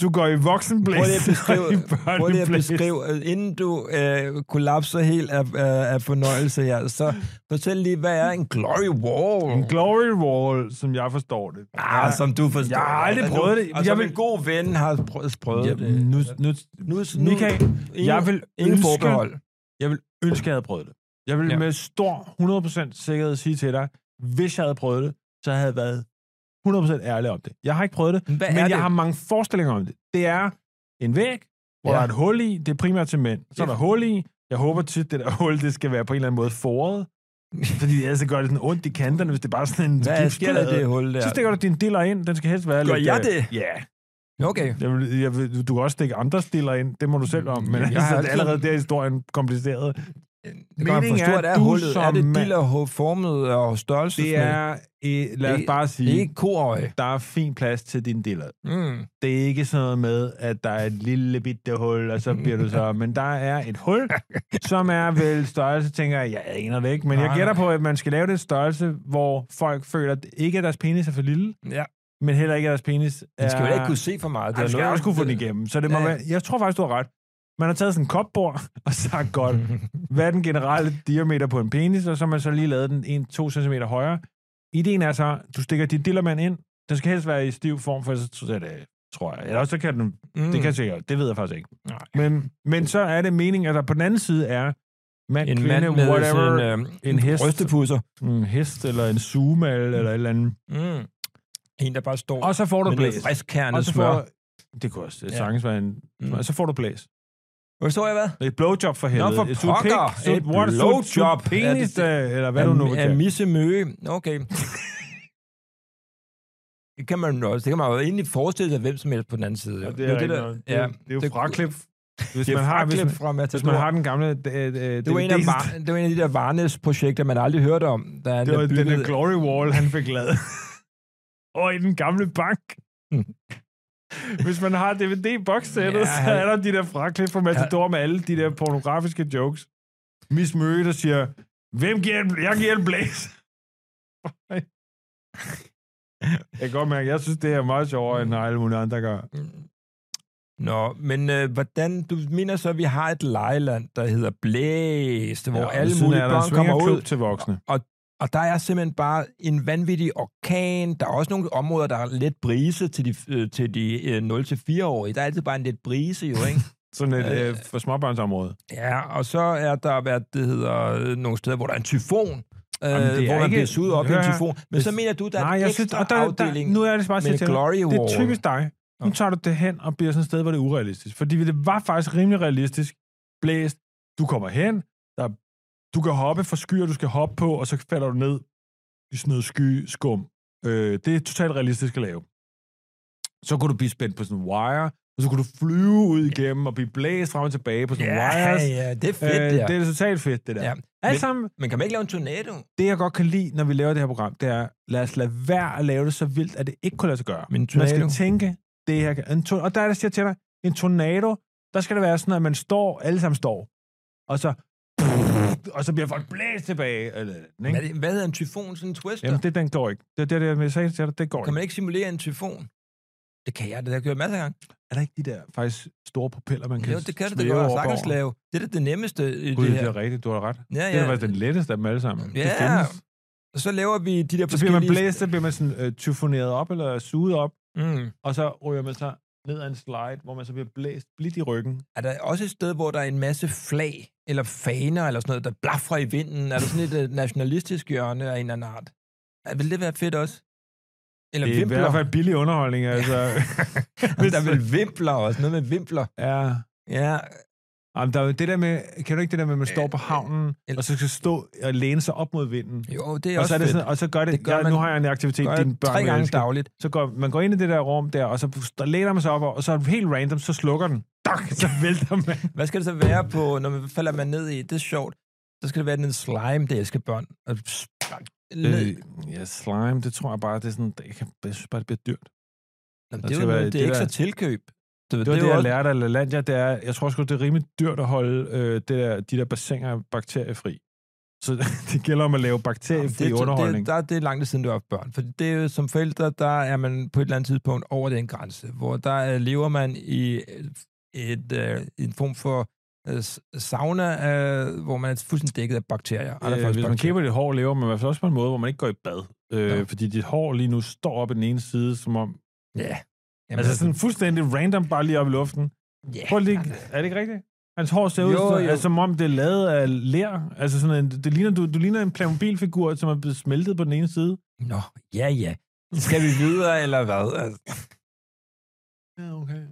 Speaker 2: du går
Speaker 1: Prøv
Speaker 2: i
Speaker 1: lige at
Speaker 2: voksenblæst
Speaker 1: beskrive,
Speaker 2: og i børneblæst.
Speaker 1: prøv lige at beskrive øh, inden du øh, kollapser helt af, øh, af, af fornøjelse her, så fortæl lige, hvad er en Glory Wall?
Speaker 2: En glory wall, som jeg forstår det.
Speaker 1: Ah, som du forstår.
Speaker 2: Jeg har aldrig
Speaker 1: Altså,
Speaker 2: prøvet
Speaker 1: du-
Speaker 2: det.
Speaker 1: Og
Speaker 2: Jeg
Speaker 1: som
Speaker 2: vil-
Speaker 1: en god ven har prø- prøvet
Speaker 2: Ja,
Speaker 1: det.
Speaker 2: nu, nu,
Speaker 1: nu,
Speaker 2: Michael,
Speaker 1: ingen,
Speaker 2: jeg vil
Speaker 1: ingen
Speaker 2: ønske-
Speaker 1: forbehold.
Speaker 2: Jeg vil ønske, jeg havde prøvet det. Jeg vil
Speaker 1: Ja.
Speaker 2: ja. med stor 100% sikkerhed sige til dig, hvis jeg havde prøvet det, så havde jeg været 100% ærlig om det. Jeg har ikke prøvet det,
Speaker 1: Hvad
Speaker 2: men
Speaker 1: er
Speaker 2: jeg
Speaker 1: det?
Speaker 2: har mange forestillinger om det. Det er en væg,
Speaker 1: Ja.
Speaker 2: hvor ja. der er et hul i. Det er primært til mænd. Så er
Speaker 1: Ja.
Speaker 2: der hul i. Jeg håber tit, det der hul, det skal være på en eller anden måde foret. Fordi ellers så gør det sådan ondt i kanterne, hvis det bare er sådan en
Speaker 1: Hvad sker der i det hul der?
Speaker 2: Så stikker du din diller ind. Den skal helst være
Speaker 1: Gør
Speaker 2: lidt...
Speaker 1: jeg
Speaker 2: øh,
Speaker 1: det?
Speaker 2: Ja. Yeah.
Speaker 1: Okay.
Speaker 2: Jeg vil, jeg vil, du kan også stikke andre stiller ind. Det må du selv om. Men
Speaker 1: Jeg
Speaker 2: altså,
Speaker 1: har
Speaker 2: det er
Speaker 1: altid-
Speaker 2: allerede der er historien kompliceret.
Speaker 1: Det kan man
Speaker 2: Meningen
Speaker 1: forstå,
Speaker 2: er,
Speaker 1: at det er
Speaker 2: du
Speaker 1: hullet. Er
Speaker 2: som
Speaker 1: det
Speaker 2: mand-
Speaker 1: dillerformet og størrelse?
Speaker 2: Det er, øh, lad os
Speaker 1: Det-
Speaker 2: bare
Speaker 1: Det er
Speaker 2: sige,
Speaker 1: ikke koøje.
Speaker 2: der er fin plads til din diller.
Speaker 1: Mm.
Speaker 2: Det er ikke sådan noget med, at der er et lille bitte hul, og så bliver du så... Men der er et hul, som er vel størrelse, tænker jeg, jeg aner det ikke, men jeg
Speaker 1: Nej,
Speaker 2: gætter
Speaker 1: nej.
Speaker 2: på, at man skal lave det størrelse, hvor folk føler, at ikke at deres penis er for lille,
Speaker 1: Ja.
Speaker 2: men heller ikke, at deres penis er...
Speaker 1: Den skal jo da ikke kunne se for meget.
Speaker 2: Ej, man skal også kunne få den igennem, så det må
Speaker 1: Ja, ja.
Speaker 2: være... Jeg tror faktisk, du har ret. Man har taget sådan en kopbord og sagt, godt, hvad er den generelle diameter på en penis, og så har man så lige lavet den 1-2 cm højere. Ideen er så, du stikker dit dillermand ind. Den skal helst være i stiv form, for ellers så er det, tror jeg. Eller også så kan den, mm. det kan jeg sikkert, det ved jeg faktisk ikke.
Speaker 1: Nej.
Speaker 2: Men, men så er det meningen, at der på den anden side er mand,
Speaker 1: en
Speaker 2: kvinde,
Speaker 1: mand med øh,
Speaker 2: whatever,
Speaker 1: whatever,
Speaker 2: en,
Speaker 1: sin, øh,
Speaker 2: en hest.
Speaker 1: rystepusser.
Speaker 2: en hest eller en sugemal eller et eller andet.
Speaker 1: Mm. En, der bare står
Speaker 2: Og så får du
Speaker 1: med noget
Speaker 2: blæs. Og
Speaker 1: friskkernet
Speaker 2: så
Speaker 1: smør.
Speaker 2: får, det kunne også
Speaker 1: Ja.
Speaker 2: sagtens være en...
Speaker 1: Mm.
Speaker 2: Og så får du blæs.
Speaker 1: Hvad så jeg hvad?
Speaker 2: Et blowjob for helvede.
Speaker 1: for
Speaker 2: Et sut
Speaker 1: pokker!
Speaker 2: pik, sut
Speaker 1: Et
Speaker 2: what, sut-
Speaker 1: blowjob.
Speaker 2: sut Penis,
Speaker 1: Er
Speaker 2: øh, eller hvad du nu vil
Speaker 1: Er
Speaker 2: kalde.
Speaker 1: Misse Møge. Okay. det kan man jo også. Det kan man jo egentlig forestille sig, hvem som helst på den anden side.
Speaker 2: Ja,
Speaker 1: jo.
Speaker 2: det er,
Speaker 1: jo
Speaker 2: det,
Speaker 1: der-
Speaker 2: der, det, ja, det er jo fraklip. Hvis
Speaker 1: Det er
Speaker 2: man har, hvis,
Speaker 1: fraklip
Speaker 2: man,
Speaker 1: fra
Speaker 2: hvis man
Speaker 1: Matador.
Speaker 2: har den gamle... Øh, øh,
Speaker 1: Det var, en af, var, det var en af de der Varnes-projekter, man aldrig hørte om. Da han
Speaker 2: det
Speaker 1: der
Speaker 2: var den der
Speaker 1: byggede-
Speaker 2: glory wall, han fik lavet. og i den gamle bank. Hvis man har DVD-bokssættet,
Speaker 1: Hmm. Ja,
Speaker 2: ja, så
Speaker 1: han-
Speaker 2: er der de der fraklip fra Matador med alle de der pornografiske jokes. Miss Møge, der siger, Hvem giver en, jeg giver en blæs. jeg kan godt mærke, jeg synes, det her er meget sjovere, end alle mulige andre gør.
Speaker 1: Nå, men øh, hvordan, du mener så, at vi har et lejeland, der hedder Blæst, hvor
Speaker 2: Ja,
Speaker 1: ja,
Speaker 2: og
Speaker 1: alle
Speaker 2: ved siden
Speaker 1: mulige
Speaker 2: af er der en
Speaker 1: børn kommer
Speaker 2: swingerklub
Speaker 1: ud,
Speaker 2: til voksne.
Speaker 1: og der er simpelthen bare en vanvittig orkan. Der er også nogle områder, der er let brise til de, øh, til de øh, 0-4-årige. Der er altid bare en let brise, jo, ikke?
Speaker 2: Sådan et
Speaker 1: Øh,
Speaker 2: øh, for småbørnsområde.
Speaker 1: ja, og så er der, hvad det hedder, øh, nogle steder, hvor der er en tyfon, øh,
Speaker 2: Jamen, det er
Speaker 1: hvor man
Speaker 2: ikke-
Speaker 1: bliver suget op i
Speaker 2: Hør
Speaker 1: en
Speaker 2: her.
Speaker 1: tyfon. Men
Speaker 2: Hvis-
Speaker 1: så mener du, der er
Speaker 2: Nej,
Speaker 1: en
Speaker 2: jeg
Speaker 1: ekstra
Speaker 2: synes, og der,
Speaker 1: afdeling
Speaker 2: der, nu er det bare
Speaker 1: med
Speaker 2: sige
Speaker 1: en
Speaker 2: til dig,
Speaker 1: glory
Speaker 2: det
Speaker 1: wall.
Speaker 2: er typisk dig. Nu
Speaker 1: Nå.
Speaker 2: tager du det hen og bliver sådan et sted, hvor det er urealistisk. Fordi det var faktisk rimelig realistisk. Blæst, du kommer hen, der, du kan hoppe fra skyer, du skal hoppe på, og så falder du ned i sådan noget sky, skum. Øh, det er totalt realistisk at lave. Så kunne du blive spændt på sådan en wire, og så kunne du flyve ud igennem og blive blæst frem og tilbage på sådan nogle
Speaker 1: Ja,
Speaker 2: wires. Øh,
Speaker 1: ja, det er fedt, det
Speaker 2: det
Speaker 1: der.
Speaker 2: er totalt fedt, det der.
Speaker 1: Ja.
Speaker 2: Ja. Alt
Speaker 1: Men-
Speaker 2: sammen,
Speaker 1: Men kan man ikke lave en tornado?
Speaker 2: det jeg godt kan lide, når vi laver det her program, det er, lad os lade være at lave det så vildt, at det ikke kunne lade sig gøre.
Speaker 1: Men en
Speaker 2: Man
Speaker 1: tornado?
Speaker 2: skal tænke, det her kan... En to- og der er der siger til dig, en tornado, der skal det være sådan, at man står, alle sammen står, og så... Og så bliver folk blæst tilbage. Eller,
Speaker 1: Hvad,
Speaker 2: ikke?
Speaker 1: er det- hvad hedder en tyfon? Sådan en twister?
Speaker 2: Jamen, det den går ikke. Det er det, jeg sagde til dig, det går
Speaker 1: Kan
Speaker 2: ikke.
Speaker 1: man ikke simulere en tyfon? Det kan jeg, det har jeg gjort masser af gange.
Speaker 2: Er der ikke de der faktisk store propeller, man kan
Speaker 1: Jo, det kan du da
Speaker 2: svæve
Speaker 1: godt
Speaker 2: op
Speaker 1: sagtens
Speaker 2: over?
Speaker 1: lave. Det er da det nemmeste i
Speaker 2: Gud,
Speaker 1: det
Speaker 2: det
Speaker 1: her.
Speaker 2: er rigtigt, du har ret.
Speaker 1: Ja,
Speaker 2: Det
Speaker 1: ja.
Speaker 2: er faktisk den letteste af dem alle sammen. Det
Speaker 1: Ja.
Speaker 2: findes.
Speaker 1: Og så laver vi de der
Speaker 2: Så bliver man
Speaker 1: forskellige-
Speaker 2: blæst, så bliver man sådan øh, tyfoneret op, eller suget op,
Speaker 1: Mm.
Speaker 2: og så ryger man så ned ad en slide, hvor man så bliver blæst blidt i ryggen.
Speaker 1: Er der også et sted, hvor der er en masse flag, eller faner, eller sådan noget, der blafrer i vinden? Er der sådan et øh, nationalistisk hjørne af en eller anden art? Ja, Vil det være fedt også? Eller
Speaker 2: Det er i
Speaker 1: vimpler?
Speaker 2: hvert fald billig underholdning, altså.
Speaker 1: Jamen, der er vel vimpler også, noget med vimpler.
Speaker 2: ja.
Speaker 1: Ja,
Speaker 2: Jamen, der er jo det der med, kan du ikke det der med, at man
Speaker 1: Øh,
Speaker 2: står på havnen,
Speaker 1: eller-
Speaker 2: og så skal stå og læne sig op mod vinden?
Speaker 1: jo, det er
Speaker 2: Og
Speaker 1: også
Speaker 2: så, er det
Speaker 1: fedt.
Speaker 2: sådan, og så gør det,
Speaker 1: Det
Speaker 2: det
Speaker 1: gør
Speaker 2: gør jeg,
Speaker 1: man-
Speaker 2: nu har jeg en aktivitet,
Speaker 1: Gør jeg
Speaker 2: dine børn
Speaker 1: tre
Speaker 2: vil
Speaker 1: gange
Speaker 2: elske.
Speaker 1: dagligt.
Speaker 2: Så går, man går ind i det der rum der, og så st- læner man sig op, og så er det helt random, så slukker den. Dak, så vælter man.
Speaker 1: Hvad skal det så være på, når man falder man ned i? Det er sjovt. Så skal det være den slime, det elsker børn. Og sp- ned.
Speaker 2: Øh, ja, slime, det tror jeg bare, det er sådan, jeg, kan, jeg synes bare, det bliver dyrt.
Speaker 1: Nå, men
Speaker 2: der
Speaker 1: det, er jo
Speaker 2: skal være-
Speaker 1: noget, det er
Speaker 2: det
Speaker 1: ikke så
Speaker 2: der-
Speaker 1: tilkøb. Det,
Speaker 2: Det var det, det jeg
Speaker 1: også-
Speaker 2: lærte af LaLandia, det er, jeg tror sgu, det er rimelig dyrt at holde øh, det der, de der bassiner bakteriefri. Så det gælder om at lave
Speaker 1: Jamen,
Speaker 2: bakteriefri
Speaker 1: det, er-
Speaker 2: underholdning.
Speaker 1: Det, der, det er langt siden, du har haft børn. For det er jo, som forældre, der er man på et eller andet tidspunkt over den grænse, hvor der øh, lever man i et, øh, en form for øh, s- sauna, øh, hvor man er fuldstændig dækket af bakterier. Andre
Speaker 2: Øh,
Speaker 1: folks
Speaker 2: hvis man
Speaker 1: bakterier.
Speaker 2: kæber dit hår, lever man i hvert fald også på en måde, hvor man ikke går i bad.
Speaker 1: Nå.
Speaker 2: Øh, fordi dit hår lige nu står op i den ene side, som om... Jamen,
Speaker 1: Ja. Jamen,
Speaker 2: altså sådan fuldstændig random, bare lige op i luften.
Speaker 1: ja.
Speaker 2: Prøv lige, er det ikke rigtigt? Hans hår ser ud,
Speaker 1: Jo,
Speaker 2: som,
Speaker 1: jo.
Speaker 2: altså, som om det er lavet af ler. Altså sådan en, det ligner, du, du ligner en Playmobil-figur, som er blevet smeltet på den ene side.
Speaker 1: altså, Nå, ja, ja. Skal vi videre, eller hvad? Altså,
Speaker 2: Ja, okay.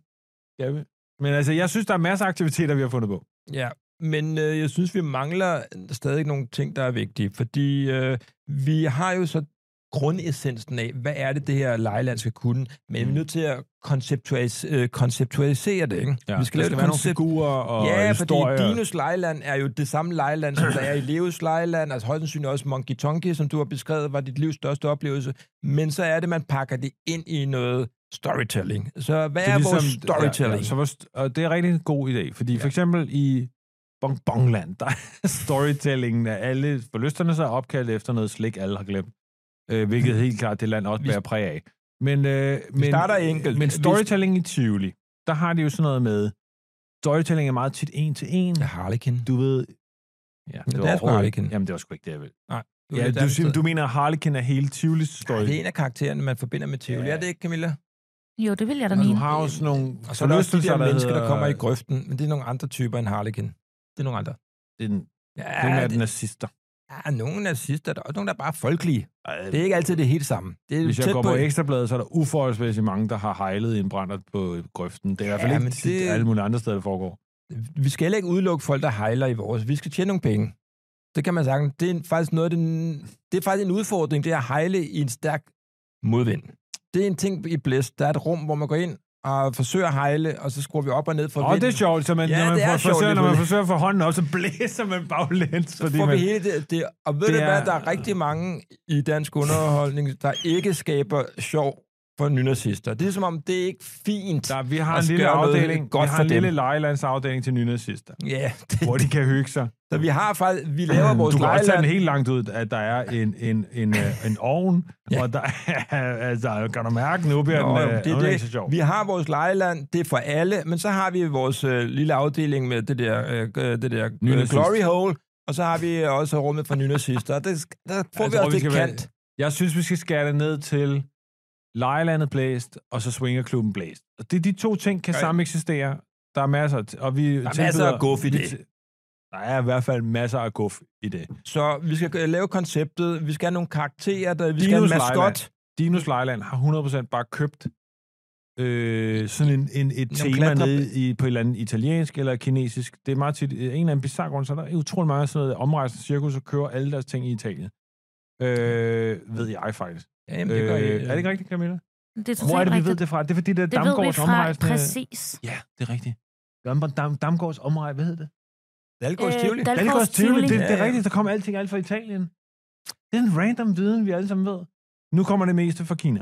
Speaker 2: Ja, vi- men altså, jeg synes, der er masser af aktiviteter, vi har fundet på.
Speaker 1: Ja, men øh, jeg synes, vi mangler stadig nogle ting, der er vigtige, fordi øh, vi har jo så grundessensen af, hvad er det, det her lejeland skal kunne, men mm. vi er
Speaker 2: Mm.
Speaker 1: nødt til at konceptualis- øh, konceptualisere det, ikke?
Speaker 2: Ja,
Speaker 1: vi skal
Speaker 2: der
Speaker 1: lave
Speaker 2: skal
Speaker 1: et
Speaker 2: være nogle
Speaker 1: koncept.
Speaker 2: figurer og
Speaker 1: ja,
Speaker 2: historier.
Speaker 1: fordi Dinos lejeland er jo det samme lejeland, som der er i Leos lejeland, altså højst sandsynligt også Monkey Tonky, som du har beskrevet, var dit livs største oplevelse, men så er det, man pakker det ind i noget storytelling. Så hvad
Speaker 2: Det
Speaker 1: er,
Speaker 2: er
Speaker 1: er vores
Speaker 2: ligesom-
Speaker 1: storytelling?
Speaker 2: Ja, ja, så vores, og det er rigtig en god idé, fordi ja. for eksempel i Bongbongland, der er storytellingen af alle forlysterne sig opkaldt efter noget slik, alle har glemt. Øh, hvilket helt klart det land også
Speaker 1: Mhm. Vi-
Speaker 2: bærer præg af. Men, øh, men,
Speaker 1: starter enkelt.
Speaker 2: men
Speaker 1: Vi-
Speaker 2: storytelling i Tivoli, der har de jo sådan noget med, storytelling er meget tit en til en.
Speaker 1: Ja, Harlequin.
Speaker 2: Du ved... Ja,
Speaker 1: det er
Speaker 2: var
Speaker 1: sgu
Speaker 2: overhovedet-
Speaker 1: Harlequin.
Speaker 2: Jamen, det var sgu ikke det, jeg ville.
Speaker 1: er
Speaker 2: Ja,
Speaker 1: lidt
Speaker 2: du,
Speaker 1: andet
Speaker 2: siger,
Speaker 1: sted.
Speaker 2: du mener, at Harlequin er hele Tivolis story.
Speaker 1: Nej, det er en af karaktererne, man forbinder med Tivoli. Ja.
Speaker 2: Ja.
Speaker 1: Er det ikke, Camilla?
Speaker 4: Jo, det vil jeg da
Speaker 2: Og du
Speaker 4: mene.
Speaker 2: har jo sådan nogle
Speaker 1: Og så er der også de der mennesker, der
Speaker 2: hedder-
Speaker 1: kommer i grøften, men det er nogle andre typer end Harlekin. Det er nogle andre.
Speaker 2: Det er den,
Speaker 1: Ja,
Speaker 2: det...
Speaker 1: det,
Speaker 2: nazister.
Speaker 1: ja nogle nazister, der er også nogle, der er bare folkelige. Det er ikke altid det helt samme. Det er
Speaker 2: Hvis jeg
Speaker 1: tæt
Speaker 2: går
Speaker 1: på
Speaker 2: på ekstrabladet, så er der uforholdsmæssigt mange, der har hejlet i en brændert på grøften. Det er i hvert fald
Speaker 1: Ja,
Speaker 2: ja,
Speaker 1: men
Speaker 2: ikke tit,
Speaker 1: det-
Speaker 2: det... alle mulige andre steder, det foregår.
Speaker 1: Vi skal heller ikke udelukke folk, der hejler i vores. Vi skal tjene nogle penge. Det kan man sagtens. Det er faktisk, noget, af den, det er faktisk en udfordring, det er at hejle i en stærk modvind. Det er en ting i blæst. Der er et rum, hvor man går ind og forsøger at hejle, og så skruer vi op og ned for
Speaker 2: Og det er sjovt, så man,
Speaker 1: Ja,
Speaker 2: ja, når, man
Speaker 1: det er
Speaker 2: får-
Speaker 1: sjovt,
Speaker 2: forsøger, når man
Speaker 1: Nicolai.
Speaker 2: forsøger at få hånden op, så blæser man baglæns.
Speaker 1: så
Speaker 2: fordi
Speaker 1: får vi
Speaker 2: man...
Speaker 1: hele det, det. Og ved
Speaker 2: Det
Speaker 1: du hvad,
Speaker 2: er-
Speaker 1: der er rigtig mange i dansk underholdning, der ikke skaber sjov for nynazister. Det er som om, det er ikke fint.
Speaker 2: Der, vi har
Speaker 1: Og
Speaker 2: en lille
Speaker 1: gør noget
Speaker 2: afdeling,
Speaker 1: godt
Speaker 2: vi har
Speaker 1: for
Speaker 2: en lille
Speaker 1: dem.
Speaker 2: lejelandsafdeling til nynazister,
Speaker 1: Ja, det,
Speaker 2: hvor de kan hygge sig.
Speaker 1: så vi har faktisk, vi laver vores
Speaker 2: du kan også tage
Speaker 1: lejland.
Speaker 2: den helt langt ud, at der er en, en, en, øh, en ovn,
Speaker 1: Ja.
Speaker 2: ja. og der er, altså, kan du mærke, nu bliver
Speaker 1: Nå,
Speaker 2: den,
Speaker 1: jo,
Speaker 2: øh,
Speaker 1: det er
Speaker 2: nu er den
Speaker 1: det.
Speaker 2: ikke så sjov.
Speaker 1: Vi har vores lejeland, det er for alle, men så har vi vores øh, lille afdeling med det der, øh, øh, det der øh,
Speaker 2: Nynazist.
Speaker 1: glory hole, og så har vi øh, også rummet for nynazister. Det, sk- der får
Speaker 2: Jeg
Speaker 1: vi
Speaker 2: tror,
Speaker 1: også
Speaker 2: vi
Speaker 1: det
Speaker 2: skal være-
Speaker 1: kant.
Speaker 2: Jeg synes, vi skal skære det ned til Lejelandet Blæst, og så Swingerklubben Blæst. Og det, de to ting kan
Speaker 1: Ja.
Speaker 2: okay. sameksistere. Der er masser, t- og vi der
Speaker 1: masser af guf i det.
Speaker 2: Der er i hvert fald masser af guf i det.
Speaker 1: Så vi skal øh, lave konceptet, vi skal have nogle karakterer, der, vi skal have en
Speaker 2: Dinos
Speaker 1: maskot,
Speaker 2: Dinos Lejeland har 100% bare købt øh, sådan en, en, et tema
Speaker 1: klatre-
Speaker 2: nede i, på et eller andet italiensk eller kinesisk. Det er meget tit, øh, en eller anden bizarre grund, så er der utrolig meget sådan noget omrejsende cirkus, og kører alle deres ting i Italien. Øh, ved jeg faktisk.
Speaker 1: Jamen, det gør
Speaker 2: Øh,
Speaker 1: I.
Speaker 2: er det ikke rigtigt, Camilla?
Speaker 4: Det er
Speaker 2: Hvor er
Speaker 4: totalt
Speaker 2: det, vi ved
Speaker 4: rigtigt.
Speaker 2: det fra? Det er fordi, det er
Speaker 4: det ved vi
Speaker 2: Damgaards
Speaker 4: fra,
Speaker 2: omrejsende...
Speaker 4: præcis.
Speaker 2: Ja, det er rigtigt. Dam, Dam, Damgaards omrej, hvad hed det?
Speaker 1: Dalgårds
Speaker 4: Øh,
Speaker 1: Tivoli.
Speaker 4: Dal- Dalgaards
Speaker 2: Dalgaards Tivoli. Det, det
Speaker 1: Ja,
Speaker 2: er
Speaker 1: ja.
Speaker 2: rigtigt, der kom alting alt fra Italien. Det er en random viden, vi alle sammen ved. Nu kommer det meste fra Kina.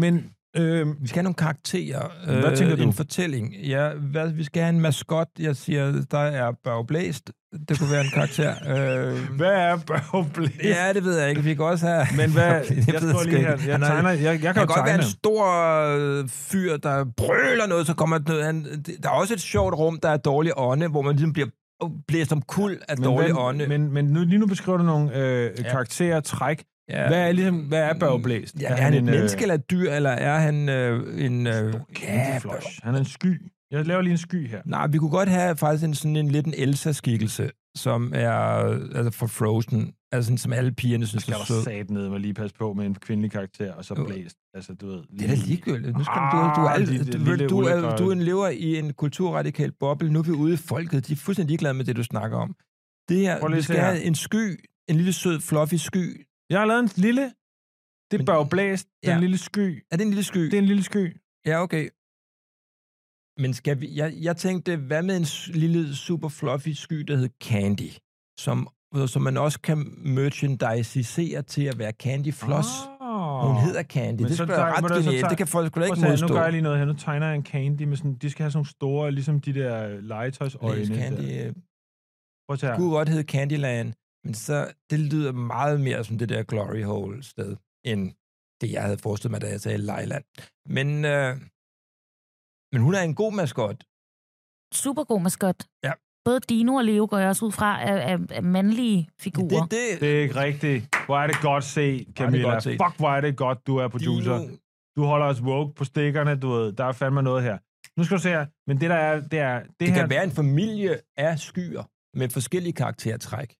Speaker 2: Men øh,
Speaker 1: Vi skal have nogle karakterer. øh,
Speaker 2: Hvad tænker du?
Speaker 1: En fortælling. Ja, hvad, vi skal have en maskot. Jeg siger, der er Børge Blæst. Det kunne være en karakter. øh,
Speaker 2: hvad er børgeblæst? Ja,
Speaker 1: ja, det ved jeg ikke. Vi kan også have...
Speaker 2: men hvad...
Speaker 1: Det ved
Speaker 2: Jeg står
Speaker 1: sgu
Speaker 2: lige
Speaker 1: ikke.
Speaker 2: her. Jeg,
Speaker 1: Han er-
Speaker 2: tegner, jeg, jeg kan
Speaker 1: Han kan
Speaker 2: jo
Speaker 1: godt være
Speaker 2: tegne.
Speaker 1: en stor øh, fyr, der brøler noget, så kommer der noget. Han, det- der er også et sjovt rum, der er dårlig ånde, hvor man ligesom bliver øh, blæst om kul af dårlig
Speaker 2: hvad-
Speaker 1: ånde.
Speaker 2: men, men nu, lige nu beskriver du nogle øh, karakterer, træk.
Speaker 1: ja.
Speaker 2: Hvad er, ligesom, hvad er børgeblæst?
Speaker 1: Ja, er han et
Speaker 2: øh,
Speaker 1: menneske eller et dyr, eller er han øh, en... Øh, ja,
Speaker 2: kæmpeflot? Han er en sky. Jeg laver lige en sky her.
Speaker 1: nej, vi kunne godt have faktisk en sådan en lidt en Elsa-skikkelse, som er øh, altså fra Frozen, altså sådan, som alle pigerne
Speaker 2: Nu
Speaker 1: synes
Speaker 2: skal
Speaker 1: er
Speaker 2: der
Speaker 1: sød.
Speaker 2: sat ned med lige passe på med en kvindelig karakter, og så
Speaker 1: Jo.
Speaker 2: blæst. Altså, du ved,
Speaker 1: Det er da ligegyldigt. Nu skal du, du, du, er,
Speaker 2: Ah,
Speaker 1: alt-
Speaker 2: lille-
Speaker 1: du,
Speaker 2: lille
Speaker 1: du, du, er,
Speaker 2: Ulrik og-
Speaker 1: du er en lever i en kulturradikal boble. Nu er vi ude i folket. De er fuldstændig ligeglade med det, du snakker om. Det
Speaker 2: Prøv
Speaker 1: her,
Speaker 2: lige
Speaker 1: vi
Speaker 2: at
Speaker 1: skal
Speaker 2: se her.
Speaker 1: have en sky, en lille sød, fluffy sky.
Speaker 2: Jeg har lavet en lille... Det
Speaker 1: Men-
Speaker 2: bør jo blæst. Den
Speaker 1: Ja.
Speaker 2: lille sky.
Speaker 1: Er det en lille sky?
Speaker 2: Det er en lille sky.
Speaker 1: Ja, okay. Men skal vi, jeg, jeg tænkte, hvad med en s- lille super fluffy sky, der hed Candy, som, som man også kan merchandisere til at være Candy Floss.
Speaker 2: Oh.
Speaker 1: Oh. Hun hedder Candy.
Speaker 2: Men
Speaker 1: Det
Speaker 2: så
Speaker 1: skulle være
Speaker 2: tager-
Speaker 1: ret
Speaker 2: men så
Speaker 1: genialt.
Speaker 2: tager-
Speaker 1: Det kan folk sgu da ikke
Speaker 2: Prøv at se, nu
Speaker 1: modstå.
Speaker 2: gør jeg lige noget her. Nu tegner jeg en candy med sådan... De skal have sådan nogle store, ligesom de der legetøjsøjne.
Speaker 1: Læs
Speaker 2: der.
Speaker 1: Candy, øh,
Speaker 2: Prøv at tage
Speaker 1: kunne godt hedde Candyland, men så, det lyder meget mere som det der glory hole sted, end det, jeg havde forestillet mig, da jeg sagde Lejland. Men, øh, men hun er en god maskot.
Speaker 4: Super god maskot.
Speaker 1: Ja.
Speaker 4: Både Dino og Leo går jeg også ud fra er, er, er mandlige figurer.
Speaker 1: Det, det,
Speaker 2: Det er ikke rigtigt. Hvor er det godt set, Camilla.
Speaker 1: godt set.
Speaker 2: Fuck, hvor er det godt, du er producer.
Speaker 1: Dino,
Speaker 2: Du holder os woke på stikkerne, du ved. Der er fandme noget her. Nu skal du se her. Men det der er, det er... Det,
Speaker 1: det
Speaker 2: her,
Speaker 1: kan være en familie af skyer med forskellige karaktertræk.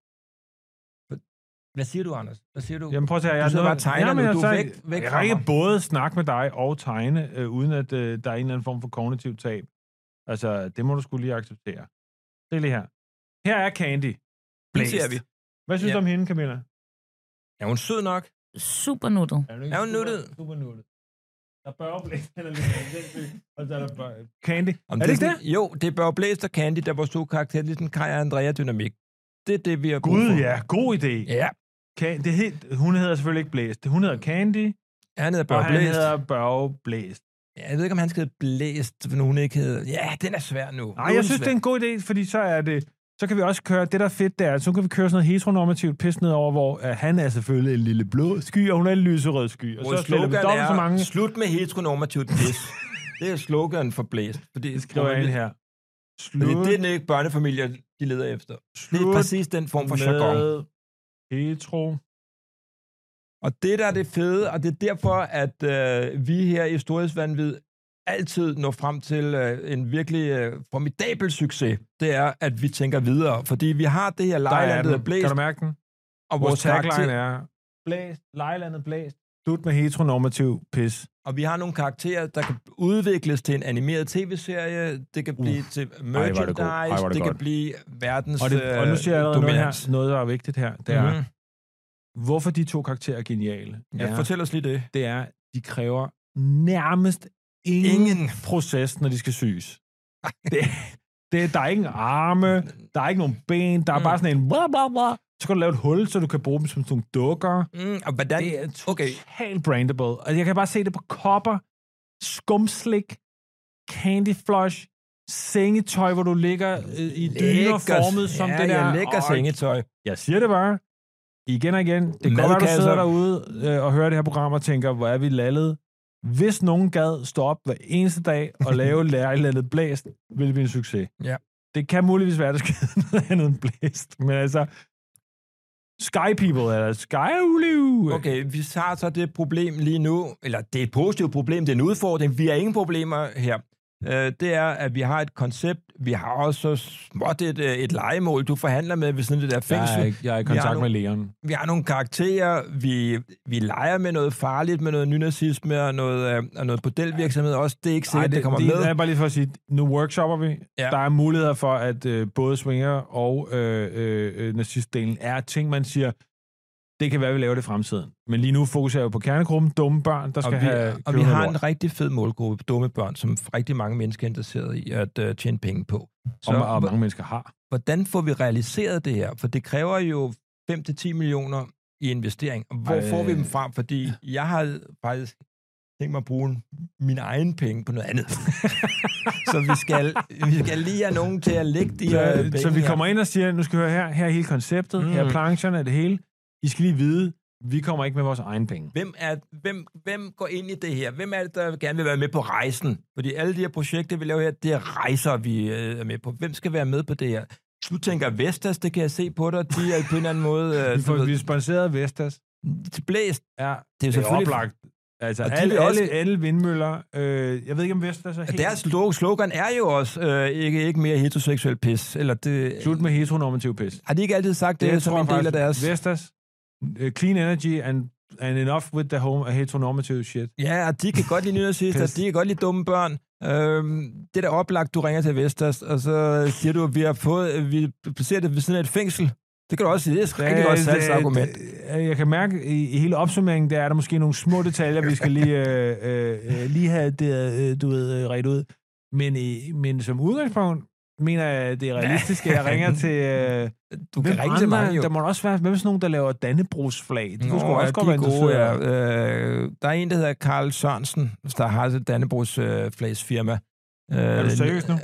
Speaker 1: Hvad siger du, Anders? Hvad siger du?
Speaker 2: Jamen prøv at se her. Jeg
Speaker 1: Du sidder
Speaker 2: noget-
Speaker 1: bare og tegner
Speaker 2: Jamen,
Speaker 1: nu.
Speaker 2: altså, jeg
Speaker 1: Du er
Speaker 2: sagde-
Speaker 1: væk- væk
Speaker 2: Jeg
Speaker 1: fra
Speaker 2: kan ikke
Speaker 1: mig.
Speaker 2: både snakke med dig og tegne, øh, uden at øh, der er en eller anden form for kognitiv tab. Altså, det må du skulle lige acceptere. Se lige her. Her er Candy. Blæst.
Speaker 1: ser vi.
Speaker 2: Hvad synes
Speaker 1: Ja.
Speaker 2: du om hende, Camilla?
Speaker 1: Er hun sød nok?
Speaker 4: Super nuttet.
Speaker 2: Er,
Speaker 1: Er hun super- nuttet?
Speaker 2: Super nuttet. Der bør blæst, han er lidt og så er der bør... Candy.
Speaker 1: Om
Speaker 2: er det ikke
Speaker 1: sådan-
Speaker 2: det?
Speaker 1: Jo, det er Børge Blæst og Candy, der er vores to karakterer, ligesom Kaj og Andrea-dynamik. Det er det, vi har brug
Speaker 2: Gud,
Speaker 1: for.
Speaker 2: ja. God idé.
Speaker 1: Ja,
Speaker 2: Can, det hed, hun hedder selvfølgelig ikke Blæst. Hun hedder Candy,
Speaker 1: han hedder
Speaker 2: og
Speaker 1: Børge
Speaker 2: han
Speaker 1: Blæst.
Speaker 2: hedder Børge Blæst.
Speaker 1: Ja, jeg ved ikke, om han skal hedde Blæst, men hun ikke hedder... Ja, den er svær nu. Nu
Speaker 2: Nej, jeg
Speaker 1: den
Speaker 2: synes,
Speaker 1: svær.
Speaker 2: det er en god idé, fordi så er det... Så kan vi også køre, det der er fedt, det er, at så kan vi køre sådan noget heteronormativt pis ned over, hvor uh, han er selvfølgelig en lille blå sky, og hun er en lyserød sky. Og
Speaker 1: Vores
Speaker 2: så slår vi
Speaker 1: slogan
Speaker 2: dobbelt
Speaker 1: er,
Speaker 2: så mange...
Speaker 1: slut med heteronormativt pis. det er slogan for Blæst. Fordi, det
Speaker 2: Skriver jeg ind her.
Speaker 1: Fordi
Speaker 2: Slut
Speaker 1: det er ikke børnefamilier, de leder efter. Det er
Speaker 2: Slut
Speaker 1: præcis den form for jargon.
Speaker 2: med hetero.
Speaker 1: Og det der er det fede, og det er derfor, at øh, vi her i Storhedsvandvid altid når frem til øh, en virkelig øh, formidabel succes, det er, at vi tænker videre. Fordi vi har det her
Speaker 2: Der er
Speaker 1: lejland, der
Speaker 2: den.
Speaker 1: hedder Blæst,
Speaker 2: Kan du mærke den?
Speaker 1: og
Speaker 2: Vores
Speaker 1: vores,
Speaker 2: tagline
Speaker 1: karakter,
Speaker 2: er... Blæst. Lejlandet blæst. Slut med heteronormativ pis.
Speaker 1: og vi har nogle karakterer, der kan udvikles til en animeret tv-serie, det kan blive til
Speaker 2: det
Speaker 1: merchandise,
Speaker 2: god.
Speaker 1: det,
Speaker 2: Ej, hvor er det
Speaker 1: det kan
Speaker 2: godt.
Speaker 1: blive verdens
Speaker 2: Og, det, og nu
Speaker 1: øh,
Speaker 2: siger jeg allerede noget,
Speaker 1: dominans.
Speaker 2: her, noget, der er vigtigt her. Det er,
Speaker 1: Mhm.
Speaker 2: mm-hmm. hvorfor de to karakterer er geniale.
Speaker 1: ja,
Speaker 2: er,
Speaker 1: fortæl os lige det.
Speaker 2: Det er, de kræver nærmest ingen, ingen.
Speaker 1: Ingen.
Speaker 2: proces, når de skal syes. det, det, der er ingen arme, der er ikke nogen ben, der er
Speaker 1: Mm.
Speaker 2: bare sådan en bla bla bla. Så skal du lave et hul, så du kan bruge dem som sådan nogle dukker.
Speaker 1: Mm, og hvordan,
Speaker 2: Det er
Speaker 1: okay.
Speaker 2: totalt brandable. Og jeg kan bare se det på kopper, skumslik, candy flush, sengetøj, hvor du ligger øh, i dyner formet som
Speaker 1: ja,
Speaker 2: det der.
Speaker 1: jeg lækker
Speaker 2: Åh,
Speaker 1: sengetøj.
Speaker 2: Jeg siger det bare. Igen og igen. Det kan godt være, du
Speaker 1: Madkasser.
Speaker 2: sidder derude øh, og hører det her program og tænker, hvor er vi lallet. Hvis nogen gad stå op hver eneste dag og lave lærerlandet blæst, ville det blive en succes.
Speaker 1: Ja.
Speaker 2: Det kan muligvis være, at der skal noget andet end blæst. Men altså, Sky People, eller Sky Ulu.
Speaker 1: Okay, vi har så det problem lige nu, eller det er et positivt problem, det er en udfordring, vi har ingen problemer her. Øh, det er, at vi har et koncept, vi har også så småt et, øh, et legemål, du forhandler med ved siden af det der fængsel.
Speaker 2: Jeg er, ikke, jeg er i
Speaker 1: Vi har
Speaker 2: kontakt med
Speaker 1: nogle-
Speaker 2: Leon.
Speaker 1: Vi har nogle karakterer, vi, vi leger med noget farligt, med noget nynazisme og noget, øh, og noget bordelvirksomhed også. Det er ikke sikkert, Ej, det, det kommer
Speaker 2: det,
Speaker 1: med.
Speaker 2: Det er bare lige for at sige, nu workshopper vi. Ja.
Speaker 1: Ja.
Speaker 2: Der er muligheder for, at øh, både swinger og øh, øh, øh, nazistdelen er ting, man siger, Det kan være, vi laver det i fremtiden. Men lige nu fokuserer jeg jo på kernegruppen, dumme børn, der skal
Speaker 1: og vi,
Speaker 2: have...
Speaker 1: og vi
Speaker 2: købe
Speaker 1: har
Speaker 2: noget
Speaker 1: en rigtig fed målgruppe, dumme børn, som rigtig mange mennesker er interesseret i at øh, tjene penge på. Så
Speaker 2: lort, som og
Speaker 1: hvor-
Speaker 2: mange mennesker har.
Speaker 1: hvordan får vi realiseret det her? For det kræver jo 5-10 millioner i investering. Og Hvor
Speaker 2: Ej.
Speaker 1: Ej. får vi dem fra? Fordi jeg har faktisk tænkt mig at bruge mine egne penge på noget andet. så vi skal, vi skal lige have nogen til at lægge de her
Speaker 2: Så,
Speaker 1: penge
Speaker 2: så vi
Speaker 1: her.
Speaker 2: kommer ind og siger, nu skal vi høre her, her er hele konceptet, mm. her er
Speaker 1: Mm.
Speaker 2: plancherne, det hele. I skal lige vide, vi kommer ikke med vores egen penge.
Speaker 1: Hvem, er, hvem, hvem går ind i det her? Hvem er det, der gerne vil være med på rejsen? Fordi alle de her projekter, vi laver her, det er rejser, vi øh, er med på. Hvem skal være med på det her? Du tænker Vestas, det kan jeg se på dig. De er på en eller anden måde... Øh,
Speaker 2: Vi
Speaker 1: du
Speaker 2: får vi
Speaker 1: ved,
Speaker 2: er sponsoreret af Vestas.
Speaker 1: til blæst. Det
Speaker 2: Ja,
Speaker 1: er jo
Speaker 2: det er
Speaker 1: selvfølgelig
Speaker 2: oplagt. Altså,
Speaker 1: Og de
Speaker 2: alle,
Speaker 1: vil også-
Speaker 2: alle, alle vindmøller, øh, jeg ved ikke, om Vestas er
Speaker 1: Ja,
Speaker 2: helt...
Speaker 1: Deres lo- slogan er jo også, øh, ikke, ikke mere heteroseksuel pis. Eller det,
Speaker 2: Slut med heteronormativ pis.
Speaker 1: Har de ikke altid sagt Øh, det,
Speaker 2: jeg
Speaker 1: det som
Speaker 2: tror
Speaker 1: en del af
Speaker 2: faktisk,
Speaker 1: deres...
Speaker 2: Vestas, øh, clean energy and, and enough with the home heteronormative shit.
Speaker 1: Ja, og de kan godt lide nynazister,
Speaker 2: Pis.
Speaker 1: de kan godt lide dumme børn. Øhm, det er da oplagt, du ringer til Vestas, og så siger du, at vi har fået, at vi placerer det ved siden af et fængsel. Det kan du også sige, det er et rigtig godt salgsargument.
Speaker 2: Øh, Jeg kan mærke i, i hele opsummeringen, der er der måske nogle små detaljer, vi skal lige, øh, øh, øh, lige have det, øh, du ved, øh, ret ud. Men, øh, men som udgangspunkt mener jeg, det er realistisk, at jeg ringer til... Øh,
Speaker 1: Du kan
Speaker 2: hvem
Speaker 1: ringe til
Speaker 2: andre?
Speaker 1: mig jo.
Speaker 2: Der må også være hvem er sådan nogen, der laver Dannebrogsflag. De kunne sgu
Speaker 1: Nå,
Speaker 2: også godt
Speaker 1: de
Speaker 2: være
Speaker 1: er gode, ja.
Speaker 2: interesseret.
Speaker 1: øh, der er en, der hedder Karl Sørensen, der har et Dannebrogs øh, flags firma. Øh,
Speaker 2: Er du seriøs nu?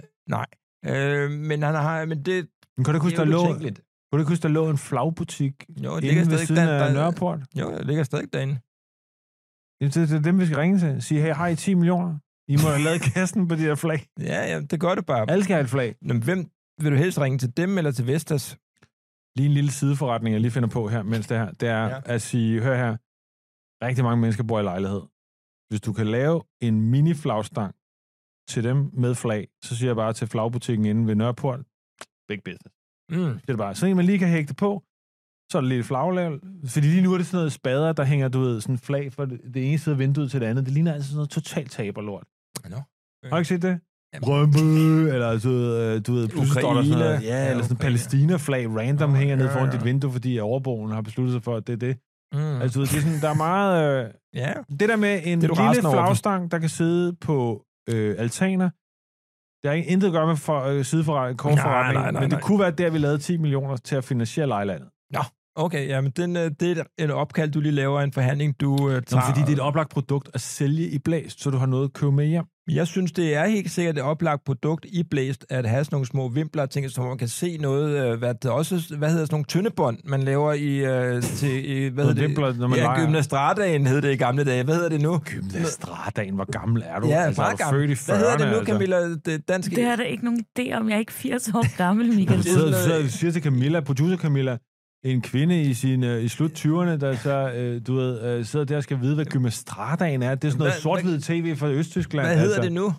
Speaker 1: Øh, men han har, men det,
Speaker 2: Men kan du ikke
Speaker 1: det
Speaker 2: huske,
Speaker 1: er jo
Speaker 2: der lå,
Speaker 1: betænkeligt.
Speaker 2: kunne du ikke huske, der lå en flagbutik
Speaker 1: Jo, det ligger
Speaker 2: inde ved
Speaker 1: stadig
Speaker 2: siden
Speaker 1: der,
Speaker 2: af
Speaker 1: der,
Speaker 2: Nørreport?
Speaker 1: Jo, det ligger stadig derinde.
Speaker 2: Jamen, det, det er dem, vi skal ringe til. Sige, hey, har I 10 millioner? I må have lavet kassen på de der flag.
Speaker 1: Ja, ja, det gør det bare.
Speaker 2: Alle skal have et flag.
Speaker 1: Nå, men hvem vil du helst ringe til dem eller til Vestas?
Speaker 2: Lige en lille sideforretning, jeg lige finder på her, mens det her, det er ja.
Speaker 1: Ja.
Speaker 2: at sige, hør her, rigtig mange mennesker bor i lejlighed. Hvis du kan lave en mini-flagstang til dem med flag, så siger jeg bare til flagbutikken inde ved Nørreport, big business.
Speaker 1: Mm.
Speaker 2: Det er det bare. Sådan en, man lige kan hægte på, så er der lidt flaglav. Fordi lige nu er det sådan noget spader, der hænger, du ved, sådan flag fra det, det ene side af vinduet til det andet. Det ligner altså sådan noget totalt taberlort.
Speaker 1: Nå.
Speaker 2: Har du ikke set det?
Speaker 1: Jamen.
Speaker 2: Rømpe, eller du ved, øh, du ved pludselig står der sådan
Speaker 1: Ukraine.
Speaker 2: noget, ja,
Speaker 1: Ja,
Speaker 2: eller sådan
Speaker 1: Ukraine.
Speaker 2: Palæstina-flag random
Speaker 1: Nå,
Speaker 2: hænger ned
Speaker 1: ja,
Speaker 2: foran
Speaker 1: ja.
Speaker 2: dit vindue, fordi overbogen har besluttet sig for, at det er det.
Speaker 1: Mm.
Speaker 2: Altså, du ved, det er sådan, der er meget... Øh,
Speaker 1: ja.
Speaker 2: det der med en
Speaker 1: Det er du
Speaker 2: lille
Speaker 1: rasende over for.
Speaker 2: flagstang, der kan sidde på øh, altaner, der er intet at gøre med for, øh, sideforretning, kortforretning,
Speaker 1: nej, nej,
Speaker 2: men det
Speaker 1: nej.
Speaker 2: kunne være der, vi lavede 10 millioner til at finansiere lejlandet.
Speaker 1: Okay, ja, men den, øh, det er en opkald, du lige laver, en forhandling, du øh,
Speaker 2: Nå,
Speaker 1: tager.
Speaker 2: fordi det er et oplagt produkt at sælge i blæst, så du har noget at købe med hjem.
Speaker 1: Jeg synes, det er helt sikkert et oplagt produkt i blæst, at have sådan nogle små vimpler og ting, så man kan se noget, øh, hvad, det også, hvad hedder sådan nogle tyndebånd, man laver i, øh, til, i hvad hedder det?
Speaker 2: vimpler, når man
Speaker 1: ja,
Speaker 2: leger.
Speaker 1: gymnastradaen hed det i gamle dage. Hvad hedder det nu?
Speaker 2: Gymnastradaen, hvor gammel er du?
Speaker 1: Ja,
Speaker 2: altså, er
Speaker 1: meget
Speaker 2: du
Speaker 1: gammel.
Speaker 2: Født i 40'erne,
Speaker 1: Hvad hedder det nu,
Speaker 2: altså?
Speaker 1: Camilla? Det danske...
Speaker 4: Det har da ikke nogen idé om. Jeg er ikke 80 år gammel, Michael.
Speaker 1: Det
Speaker 2: Du
Speaker 1: er
Speaker 2: sidder,
Speaker 1: sådan
Speaker 2: sidder,
Speaker 1: noget-
Speaker 2: siger til Camilla, producer Camilla, en kvinde i, sin, øh, i slut 20'erne, der så, øh, du ved, øh, sidder der og skal vide, hvad gymnastradaen er. Det er sådan noget
Speaker 1: Hvad-
Speaker 2: sort-hvid tv fra Østtyskland.
Speaker 1: Hvad hedder det nu?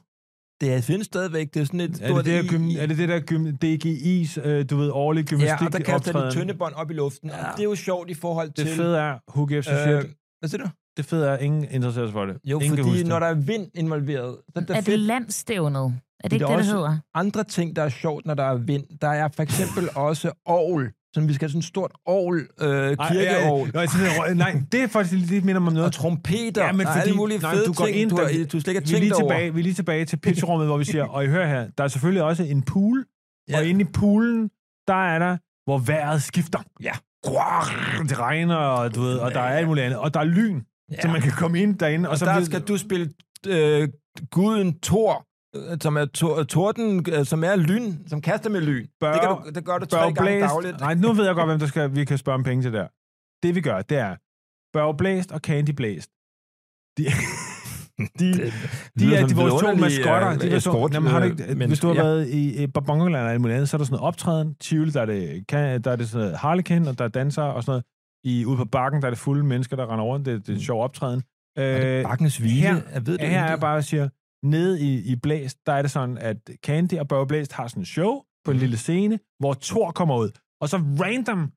Speaker 1: Det findes stadigvæk. Det er sådan et
Speaker 2: altså. Er det,
Speaker 1: stort...
Speaker 2: det der
Speaker 1: i-
Speaker 2: gym, er det det der gym, DGI's, øh, du ved, årlige
Speaker 1: Ja,
Speaker 2: gymnastik
Speaker 1: og der kaster de
Speaker 2: optræden?
Speaker 1: tyndebånd op i luften, ja.
Speaker 2: Ja.
Speaker 1: og det er jo sjovt i forhold til...
Speaker 2: Det fede er, who gives a
Speaker 1: øh,
Speaker 2: shit,
Speaker 1: hvad siger du?
Speaker 2: det fede er, at ingen interesserer sig for det.
Speaker 1: Jo,
Speaker 2: ingen kan
Speaker 1: fordi
Speaker 2: huske
Speaker 1: når
Speaker 2: det.
Speaker 1: der er vind involveret, så er der
Speaker 4: Er det
Speaker 1: fedt
Speaker 4: landstævnet? Er det
Speaker 1: Men
Speaker 4: ikke
Speaker 1: det er
Speaker 4: det, det
Speaker 1: også-
Speaker 4: hedder?
Speaker 1: andre ting, der er sjovt, når der er vind. Der er for eksempel også ovl, som vi skal have sådan et stort ovl, øh,
Speaker 2: Ej,
Speaker 1: kirkeovl,
Speaker 2: ej, ej, ej, sådan noget rø- Nej, det er faktisk det minder mig om noget.
Speaker 1: og trompeter,
Speaker 2: Ja, men
Speaker 1: og
Speaker 2: fordi-
Speaker 1: alle mulige
Speaker 2: nej,
Speaker 1: fede
Speaker 2: du går
Speaker 1: ting,
Speaker 2: ind,
Speaker 1: du, har,
Speaker 2: der-
Speaker 1: du slet ikke har
Speaker 2: vi er, lige
Speaker 1: tænkt over.
Speaker 2: tilbage, vi er lige tilbage til pitchrummet, hvor vi siger, og I hører her, der er selvfølgelig også en pool, ja.
Speaker 1: Ja.
Speaker 2: og inde i poolen, der er der, hvor vejret skifter.
Speaker 1: Ja.
Speaker 2: Grrrr, Det regner, og, du ved, og der er alt muligt andet. Og der er lyn, ja. så
Speaker 1: Ja.
Speaker 2: man kan komme ind derinde. Og,
Speaker 1: Og
Speaker 2: så
Speaker 1: der
Speaker 2: ved-
Speaker 1: skal du spille øh, guden Thor, øh, som er to, torden, øh, som er lyn, som kaster med lyn.
Speaker 2: Bør-
Speaker 1: det, kan du, det gør du
Speaker 2: Børge
Speaker 1: tre gange
Speaker 2: Blæst-
Speaker 1: dagligt.
Speaker 2: Nej, nu ved jeg godt, hvem der skal, vi kan spørge om penge til der. Det vi gør, det er Børge Blæst og Candy Blæst. De, de, de
Speaker 1: lyder
Speaker 2: er
Speaker 1: som
Speaker 2: de, vores to
Speaker 1: vidunderlige,
Speaker 2: maskotter.
Speaker 1: øh,
Speaker 2: De var to,
Speaker 1: eskort,
Speaker 2: jamen, har du ikke,
Speaker 1: øh, men-
Speaker 2: hvis du har
Speaker 1: ja.
Speaker 2: været i øh, Bongonland eller alt muligt andet, så er der sådan noget optræden. Tivoli, der er det, kan- der er det sådan noget harlekin, og der er dansere og sådan noget. I, ude på bakken, der er det fulde mennesker, der render rundt. Det, det er en sjov optræden.
Speaker 1: Mm. Er det bakkens hvile?
Speaker 2: øh, her-
Speaker 1: jeg ved det
Speaker 2: Ja, her er
Speaker 1: ikke.
Speaker 2: jeg bare og siger, nede i, i Blæst, der er det sådan, at Candy og Børge Blæst har sådan en show på
Speaker 1: Mm.
Speaker 2: en lille scene, hvor Thor kommer ud. Og så random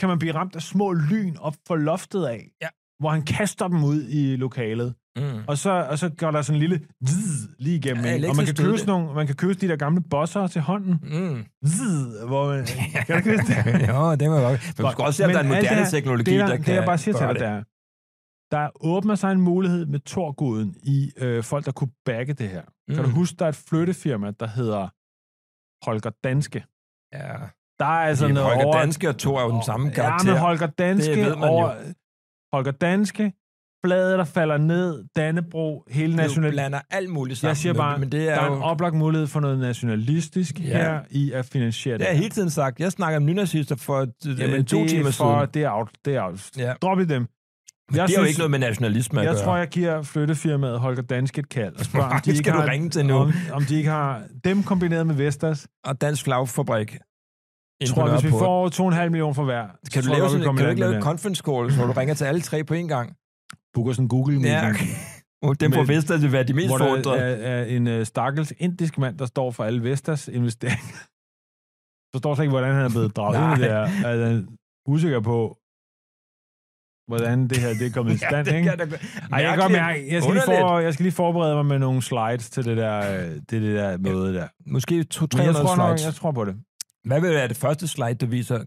Speaker 2: kan man blive ramt af små lyn op for loftet af,
Speaker 1: Ja.
Speaker 2: hvor han kaster dem ud i lokalet.
Speaker 1: Mm.
Speaker 2: og så, og så går der sådan en lille zzz lige igennem.
Speaker 1: Ja,
Speaker 2: Ja, og man
Speaker 1: elektrisk
Speaker 2: kan,
Speaker 1: stød,
Speaker 2: købe
Speaker 1: det.
Speaker 2: sådan nogle, man kan købe de der gamle bosser til hånden.
Speaker 1: Mm.
Speaker 2: Zzz, hvor man, kan du ikke huske det?
Speaker 1: jo, det var nok. Men du skal også se, om
Speaker 2: Men
Speaker 1: der er en
Speaker 2: alt
Speaker 1: moderne
Speaker 2: det her-
Speaker 1: teknologi,
Speaker 2: det, der,
Speaker 1: der
Speaker 2: det,
Speaker 1: kan
Speaker 2: jeg bare siger til
Speaker 1: gøre
Speaker 2: dig, der er, der åbner sig en mulighed med Torgoden i øh, folk, der kunne bagge det her. Mm. Kan du
Speaker 1: Mm.
Speaker 2: huske, der er et flyttefirma, der hedder Holger Danske.
Speaker 1: Ja.
Speaker 2: Der er altså
Speaker 1: Fordi
Speaker 2: noget
Speaker 1: Holger
Speaker 2: over...
Speaker 1: Danske og Thor er jo den samme
Speaker 2: Ja,
Speaker 1: karakter.
Speaker 2: men Holger Danske
Speaker 1: Det ved man jo.
Speaker 2: over... Holger Danske, flaget, der falder ned, Dannebro, hele
Speaker 1: national...
Speaker 2: national...
Speaker 1: blander alt muligt sammen.
Speaker 2: Jeg siger bare,
Speaker 1: men, men det er,
Speaker 2: der er
Speaker 1: jo,
Speaker 2: en oplagt mulighed for noget nationalistisk
Speaker 1: Ja.
Speaker 2: ja. her i at finansiere
Speaker 1: det
Speaker 2: det.
Speaker 1: har jeg hele tiden sagt. Jeg snakker om nynazister for øh,
Speaker 2: Jamen,
Speaker 1: to
Speaker 2: det er
Speaker 1: timer
Speaker 2: for,
Speaker 1: siden.
Speaker 2: Det er out. Det er out.
Speaker 1: Ja.
Speaker 2: Ja. Drop i dem.
Speaker 1: Men det er jo ikke noget med nationalisme at
Speaker 2: Jeg
Speaker 1: gøre.
Speaker 2: tror, jeg giver flyttefirmaet Holger Danske et kald og spørger, om de
Speaker 1: det
Speaker 2: ikke
Speaker 1: skal du
Speaker 2: har,
Speaker 1: ringe til nu.
Speaker 2: om, om de ikke har dem kombineret med Vestas.
Speaker 1: Og Dansk Flagfabrik.
Speaker 2: Jeg
Speaker 1: Inde på
Speaker 2: tror, hvis vi
Speaker 1: Nørreport.
Speaker 2: får 2,5 millioner for hver, så
Speaker 1: Kan du,
Speaker 2: tror
Speaker 1: lave
Speaker 2: jeg godt, vi
Speaker 1: sådan,
Speaker 2: kommer
Speaker 1: kan du
Speaker 2: i land
Speaker 1: ikke
Speaker 2: med
Speaker 1: lave
Speaker 2: det.
Speaker 1: et conference call, hvor du ringer til alle tre på én gang?
Speaker 2: booker sådan en Google
Speaker 1: Ja.
Speaker 2: meeting,
Speaker 1: Og dem
Speaker 2: Men-
Speaker 1: på Vestas vil være de mest
Speaker 2: hvor der
Speaker 1: forundrede.
Speaker 2: er, er en uh, stakkels indisk mand, der står for alle Vestas investeringer. Forstår så ikke, hvordan han er blevet draget ind i det her. Altså, han er usikker på, hvordan det her det er kommet i stand. ikke?
Speaker 1: da
Speaker 2: Ej, jeg kan godt
Speaker 1: Mærkeligt.
Speaker 2: mærke, jeg skal, lige
Speaker 1: Underligt.
Speaker 2: for, jeg skal lige forberede mig med nogle slides til det der, øh, til det der møde der.
Speaker 1: Måske
Speaker 2: Men jeg
Speaker 1: 200-300
Speaker 2: tror, nok,
Speaker 1: slides.
Speaker 2: jeg tror på det.
Speaker 1: Hvad vil være det første slide, du viser?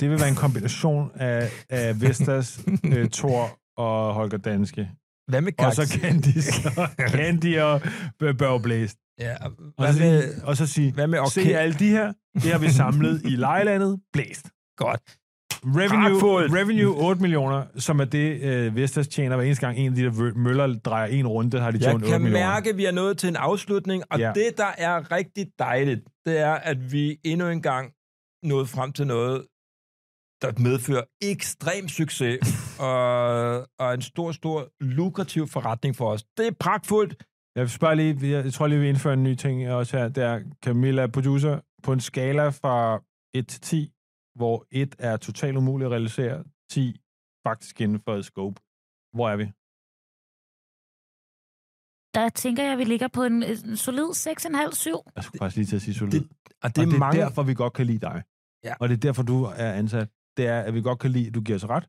Speaker 2: Det vil være en kombination af, af Vestas, øh, Thor og Holger Danske.
Speaker 1: Hvad med
Speaker 2: Og
Speaker 1: kaks?
Speaker 2: så Candy, så Candy og Børge Blæst.
Speaker 1: Ja, og
Speaker 2: Og,
Speaker 1: hvad,
Speaker 2: så
Speaker 1: med,
Speaker 2: sige- og så sige,
Speaker 1: hvad med
Speaker 2: okay.
Speaker 1: orkester?
Speaker 2: se alle de her, det har vi samlet i lejelandet, Blæst.
Speaker 1: Godt.
Speaker 2: Revenue,
Speaker 1: Kraftfuldt.
Speaker 2: revenue 8 millioner, som er det, øh, Vestas tjener hver eneste gang en af de der vø- møller drejer en runde, har de
Speaker 1: Jeg
Speaker 2: tjent 8
Speaker 1: kan
Speaker 2: millioner.
Speaker 1: mærke, at vi er nået til en afslutning, og ja.
Speaker 2: Ja.
Speaker 1: det, der er rigtig dejligt, det er, at vi endnu en gang nåede frem til noget, der medfører ekstrem succes og, og en stor, stor lukrativ forretning for os. Det er pragtfuldt.
Speaker 2: Jeg spørger lige, jeg tror lige, vi indfører en ny ting også her. Det er Camilla, producer, på en skala fra 1 til 10, hvor 1 er totalt umuligt at realisere, 10 faktisk inden for et scope. Hvor er vi?
Speaker 4: Der tænker jeg, at vi ligger på en, en solid 6,5-7.
Speaker 2: Jeg skulle faktisk lige til at sige solid.
Speaker 1: det
Speaker 2: Det,
Speaker 1: er Og
Speaker 2: det,
Speaker 1: det
Speaker 2: og
Speaker 1: er
Speaker 2: det er
Speaker 1: mange...
Speaker 2: derfor, vi godt kan lide dig.
Speaker 1: Ja.
Speaker 2: Og det er derfor, du er ansat. Det er, at vi godt kan lide, at du giver os ret,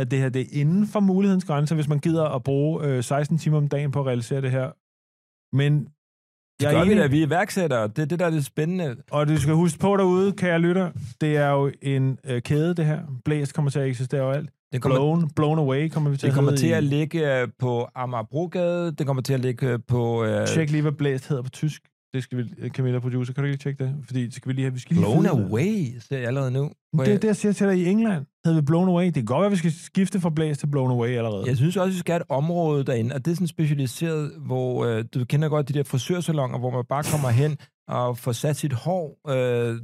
Speaker 2: at det her det er inden for mulighedens grænser, hvis man gider at bruge øh, 16 timer om dagen på at realisere det her. Men
Speaker 1: Det gør vi da, vi er iværksættere. Det er det, der er det spændende.
Speaker 2: Og du skal huske på derude, kære lytter, det er jo en øh, kæde, det her. Blæst kommer til at eksistere overalt.
Speaker 1: Det kommer,
Speaker 2: Blown, blown away kommer vi til
Speaker 1: det kommer
Speaker 2: hedde
Speaker 1: til at
Speaker 2: i-
Speaker 1: ligge øh, på Amagerbrogade. Det kommer til at ligge øh, på... Øh,
Speaker 2: Tjek lige, hvad blæst hedder på tysk. Det skal vi, Camilla producer, kan du ikke lige tjekke det? Fordi det skal vi lige have, vi skal lige
Speaker 1: blown
Speaker 2: vide det.
Speaker 1: away, ser jeg allerede nu.
Speaker 2: Det er det, jeg siger til dig i England. Hedder vi blown away. Det kan godt være, vi skal skifte fra blæst til blown away allerede.
Speaker 1: Jeg synes også, vi skal have et område derinde, og det er sådan specialiseret, hvor øh, du kender godt de der frisørsalonger, hvor man bare kommer hen og får sat sit hår. Øh,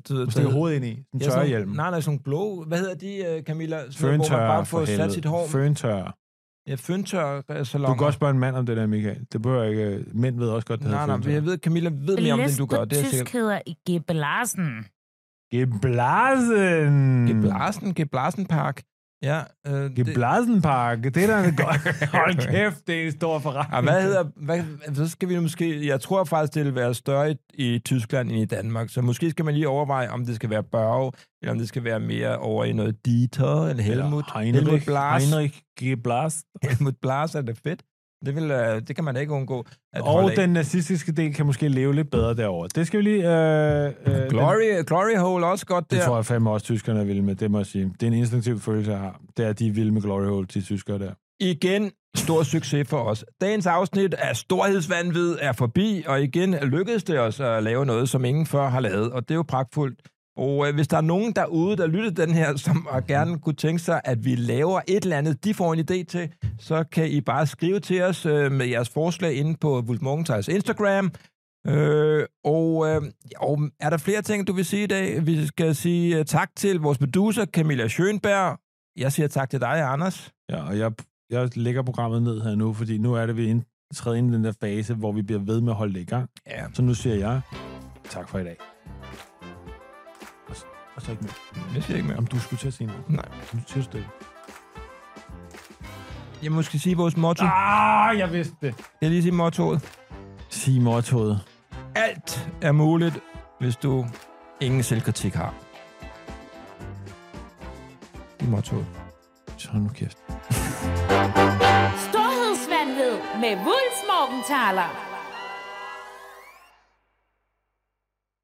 Speaker 1: du, ved,
Speaker 2: Du stikker hovedet ind i. En
Speaker 1: Ja, sådan-
Speaker 2: tørre hjelm.
Speaker 1: Nej, nej, sådan nogle blå. Hvad hedder de, øh, Camilla? Sådan noget, hvor man
Speaker 2: Føntørre,
Speaker 1: bare
Speaker 2: for
Speaker 1: får sat
Speaker 2: helvede.
Speaker 1: sit hår.
Speaker 2: Føntørre.
Speaker 1: Ja,
Speaker 2: Du
Speaker 1: føntørresalonger.
Speaker 2: kan godt spørge en mand om det der, Michael. Det behøver jeg ikke. øh, Mænd ved også godt, det
Speaker 1: Nej, nej, men jeg ved, Camilla ved mere om det, end du gør. Det er
Speaker 4: tysk
Speaker 1: sikkert.
Speaker 4: hedder Gebe Larsen.
Speaker 2: Geblasen!
Speaker 1: Geblarsen, Geblarsen Park. Ja, øh, det,
Speaker 2: Geblasenpark, det er da en god... Hold kæft, det er en stor forretning.
Speaker 1: Ja, Ah, hvad hedder, hvad, så skal vi nu måske, jeg tror faktisk, det vil være større i, i Tyskland end i Danmark, så måske skal man lige overveje, om det skal være Børge, eller om det skal være mere over i noget Dieter, eller Helmut,
Speaker 2: Eller
Speaker 1: Helmut
Speaker 2: Heinrich,
Speaker 1: Blas,
Speaker 2: Heinrich Geblas.
Speaker 1: Helmut Blas, er det fedt? Det, vil, øh, det kan man da ikke undgå at
Speaker 2: Og
Speaker 1: holde af.
Speaker 2: den nazistiske del kan måske leve lidt bedre derovre. Det skal vi lige... Øh, øh, Den,
Speaker 1: Glory, Glory Hole også godt
Speaker 2: det
Speaker 1: der.
Speaker 2: tror jeg fandme også, tyskerne er vilde med. Det må jeg sige. Det er en instinktiv følelse, jeg har. Det er, at de er vilde med Glory Hole, de tyskere der.
Speaker 1: Igen, stor succes for os. Dagens afsnit af Storhedsvandvid er forbi, og igen lykkedes det os at lave noget, som ingen før har lavet, og det er jo pragtfuldt. Og øh, hvis der er nogen derude, der lytter til den her, som og gerne kunne tænke sig, at vi laver et eller andet, de får en idé til, så kan I bare skrive til os øh, med jeres forslag inde på Vultmorgentals Instagram. Øh, og, øh, og er der flere ting, du vil sige i dag? Vi skal sige øh, tak til vores producer, Camilla Schönberg. Jeg siger tak til dig, Anders.
Speaker 2: Ja, og jeg, jeg lægger programmet ned her nu, fordi nu er det, vi ind, træder ind i den der fase, hvor vi bliver ved med at holde det i gang.
Speaker 1: Ja.
Speaker 2: Så nu siger jeg, tak for i dag. Og, s- og så ikke mere.
Speaker 1: Jeg siger ikke mere.
Speaker 2: Om du skulle til at sige noget?
Speaker 1: Nej.
Speaker 2: Nu siger du stille.
Speaker 1: Jeg må måske sige vores motto. Ah.
Speaker 2: Ah, jeg vidste det.
Speaker 1: Jeg lige sige mottoet.
Speaker 2: Sig mottoet.
Speaker 1: Alt er muligt, hvis du ingen selvkritik har. Det er mottoet.
Speaker 2: Så nu kæft.
Speaker 3: Storheds
Speaker 4: Med Wulfs Morgenthaler.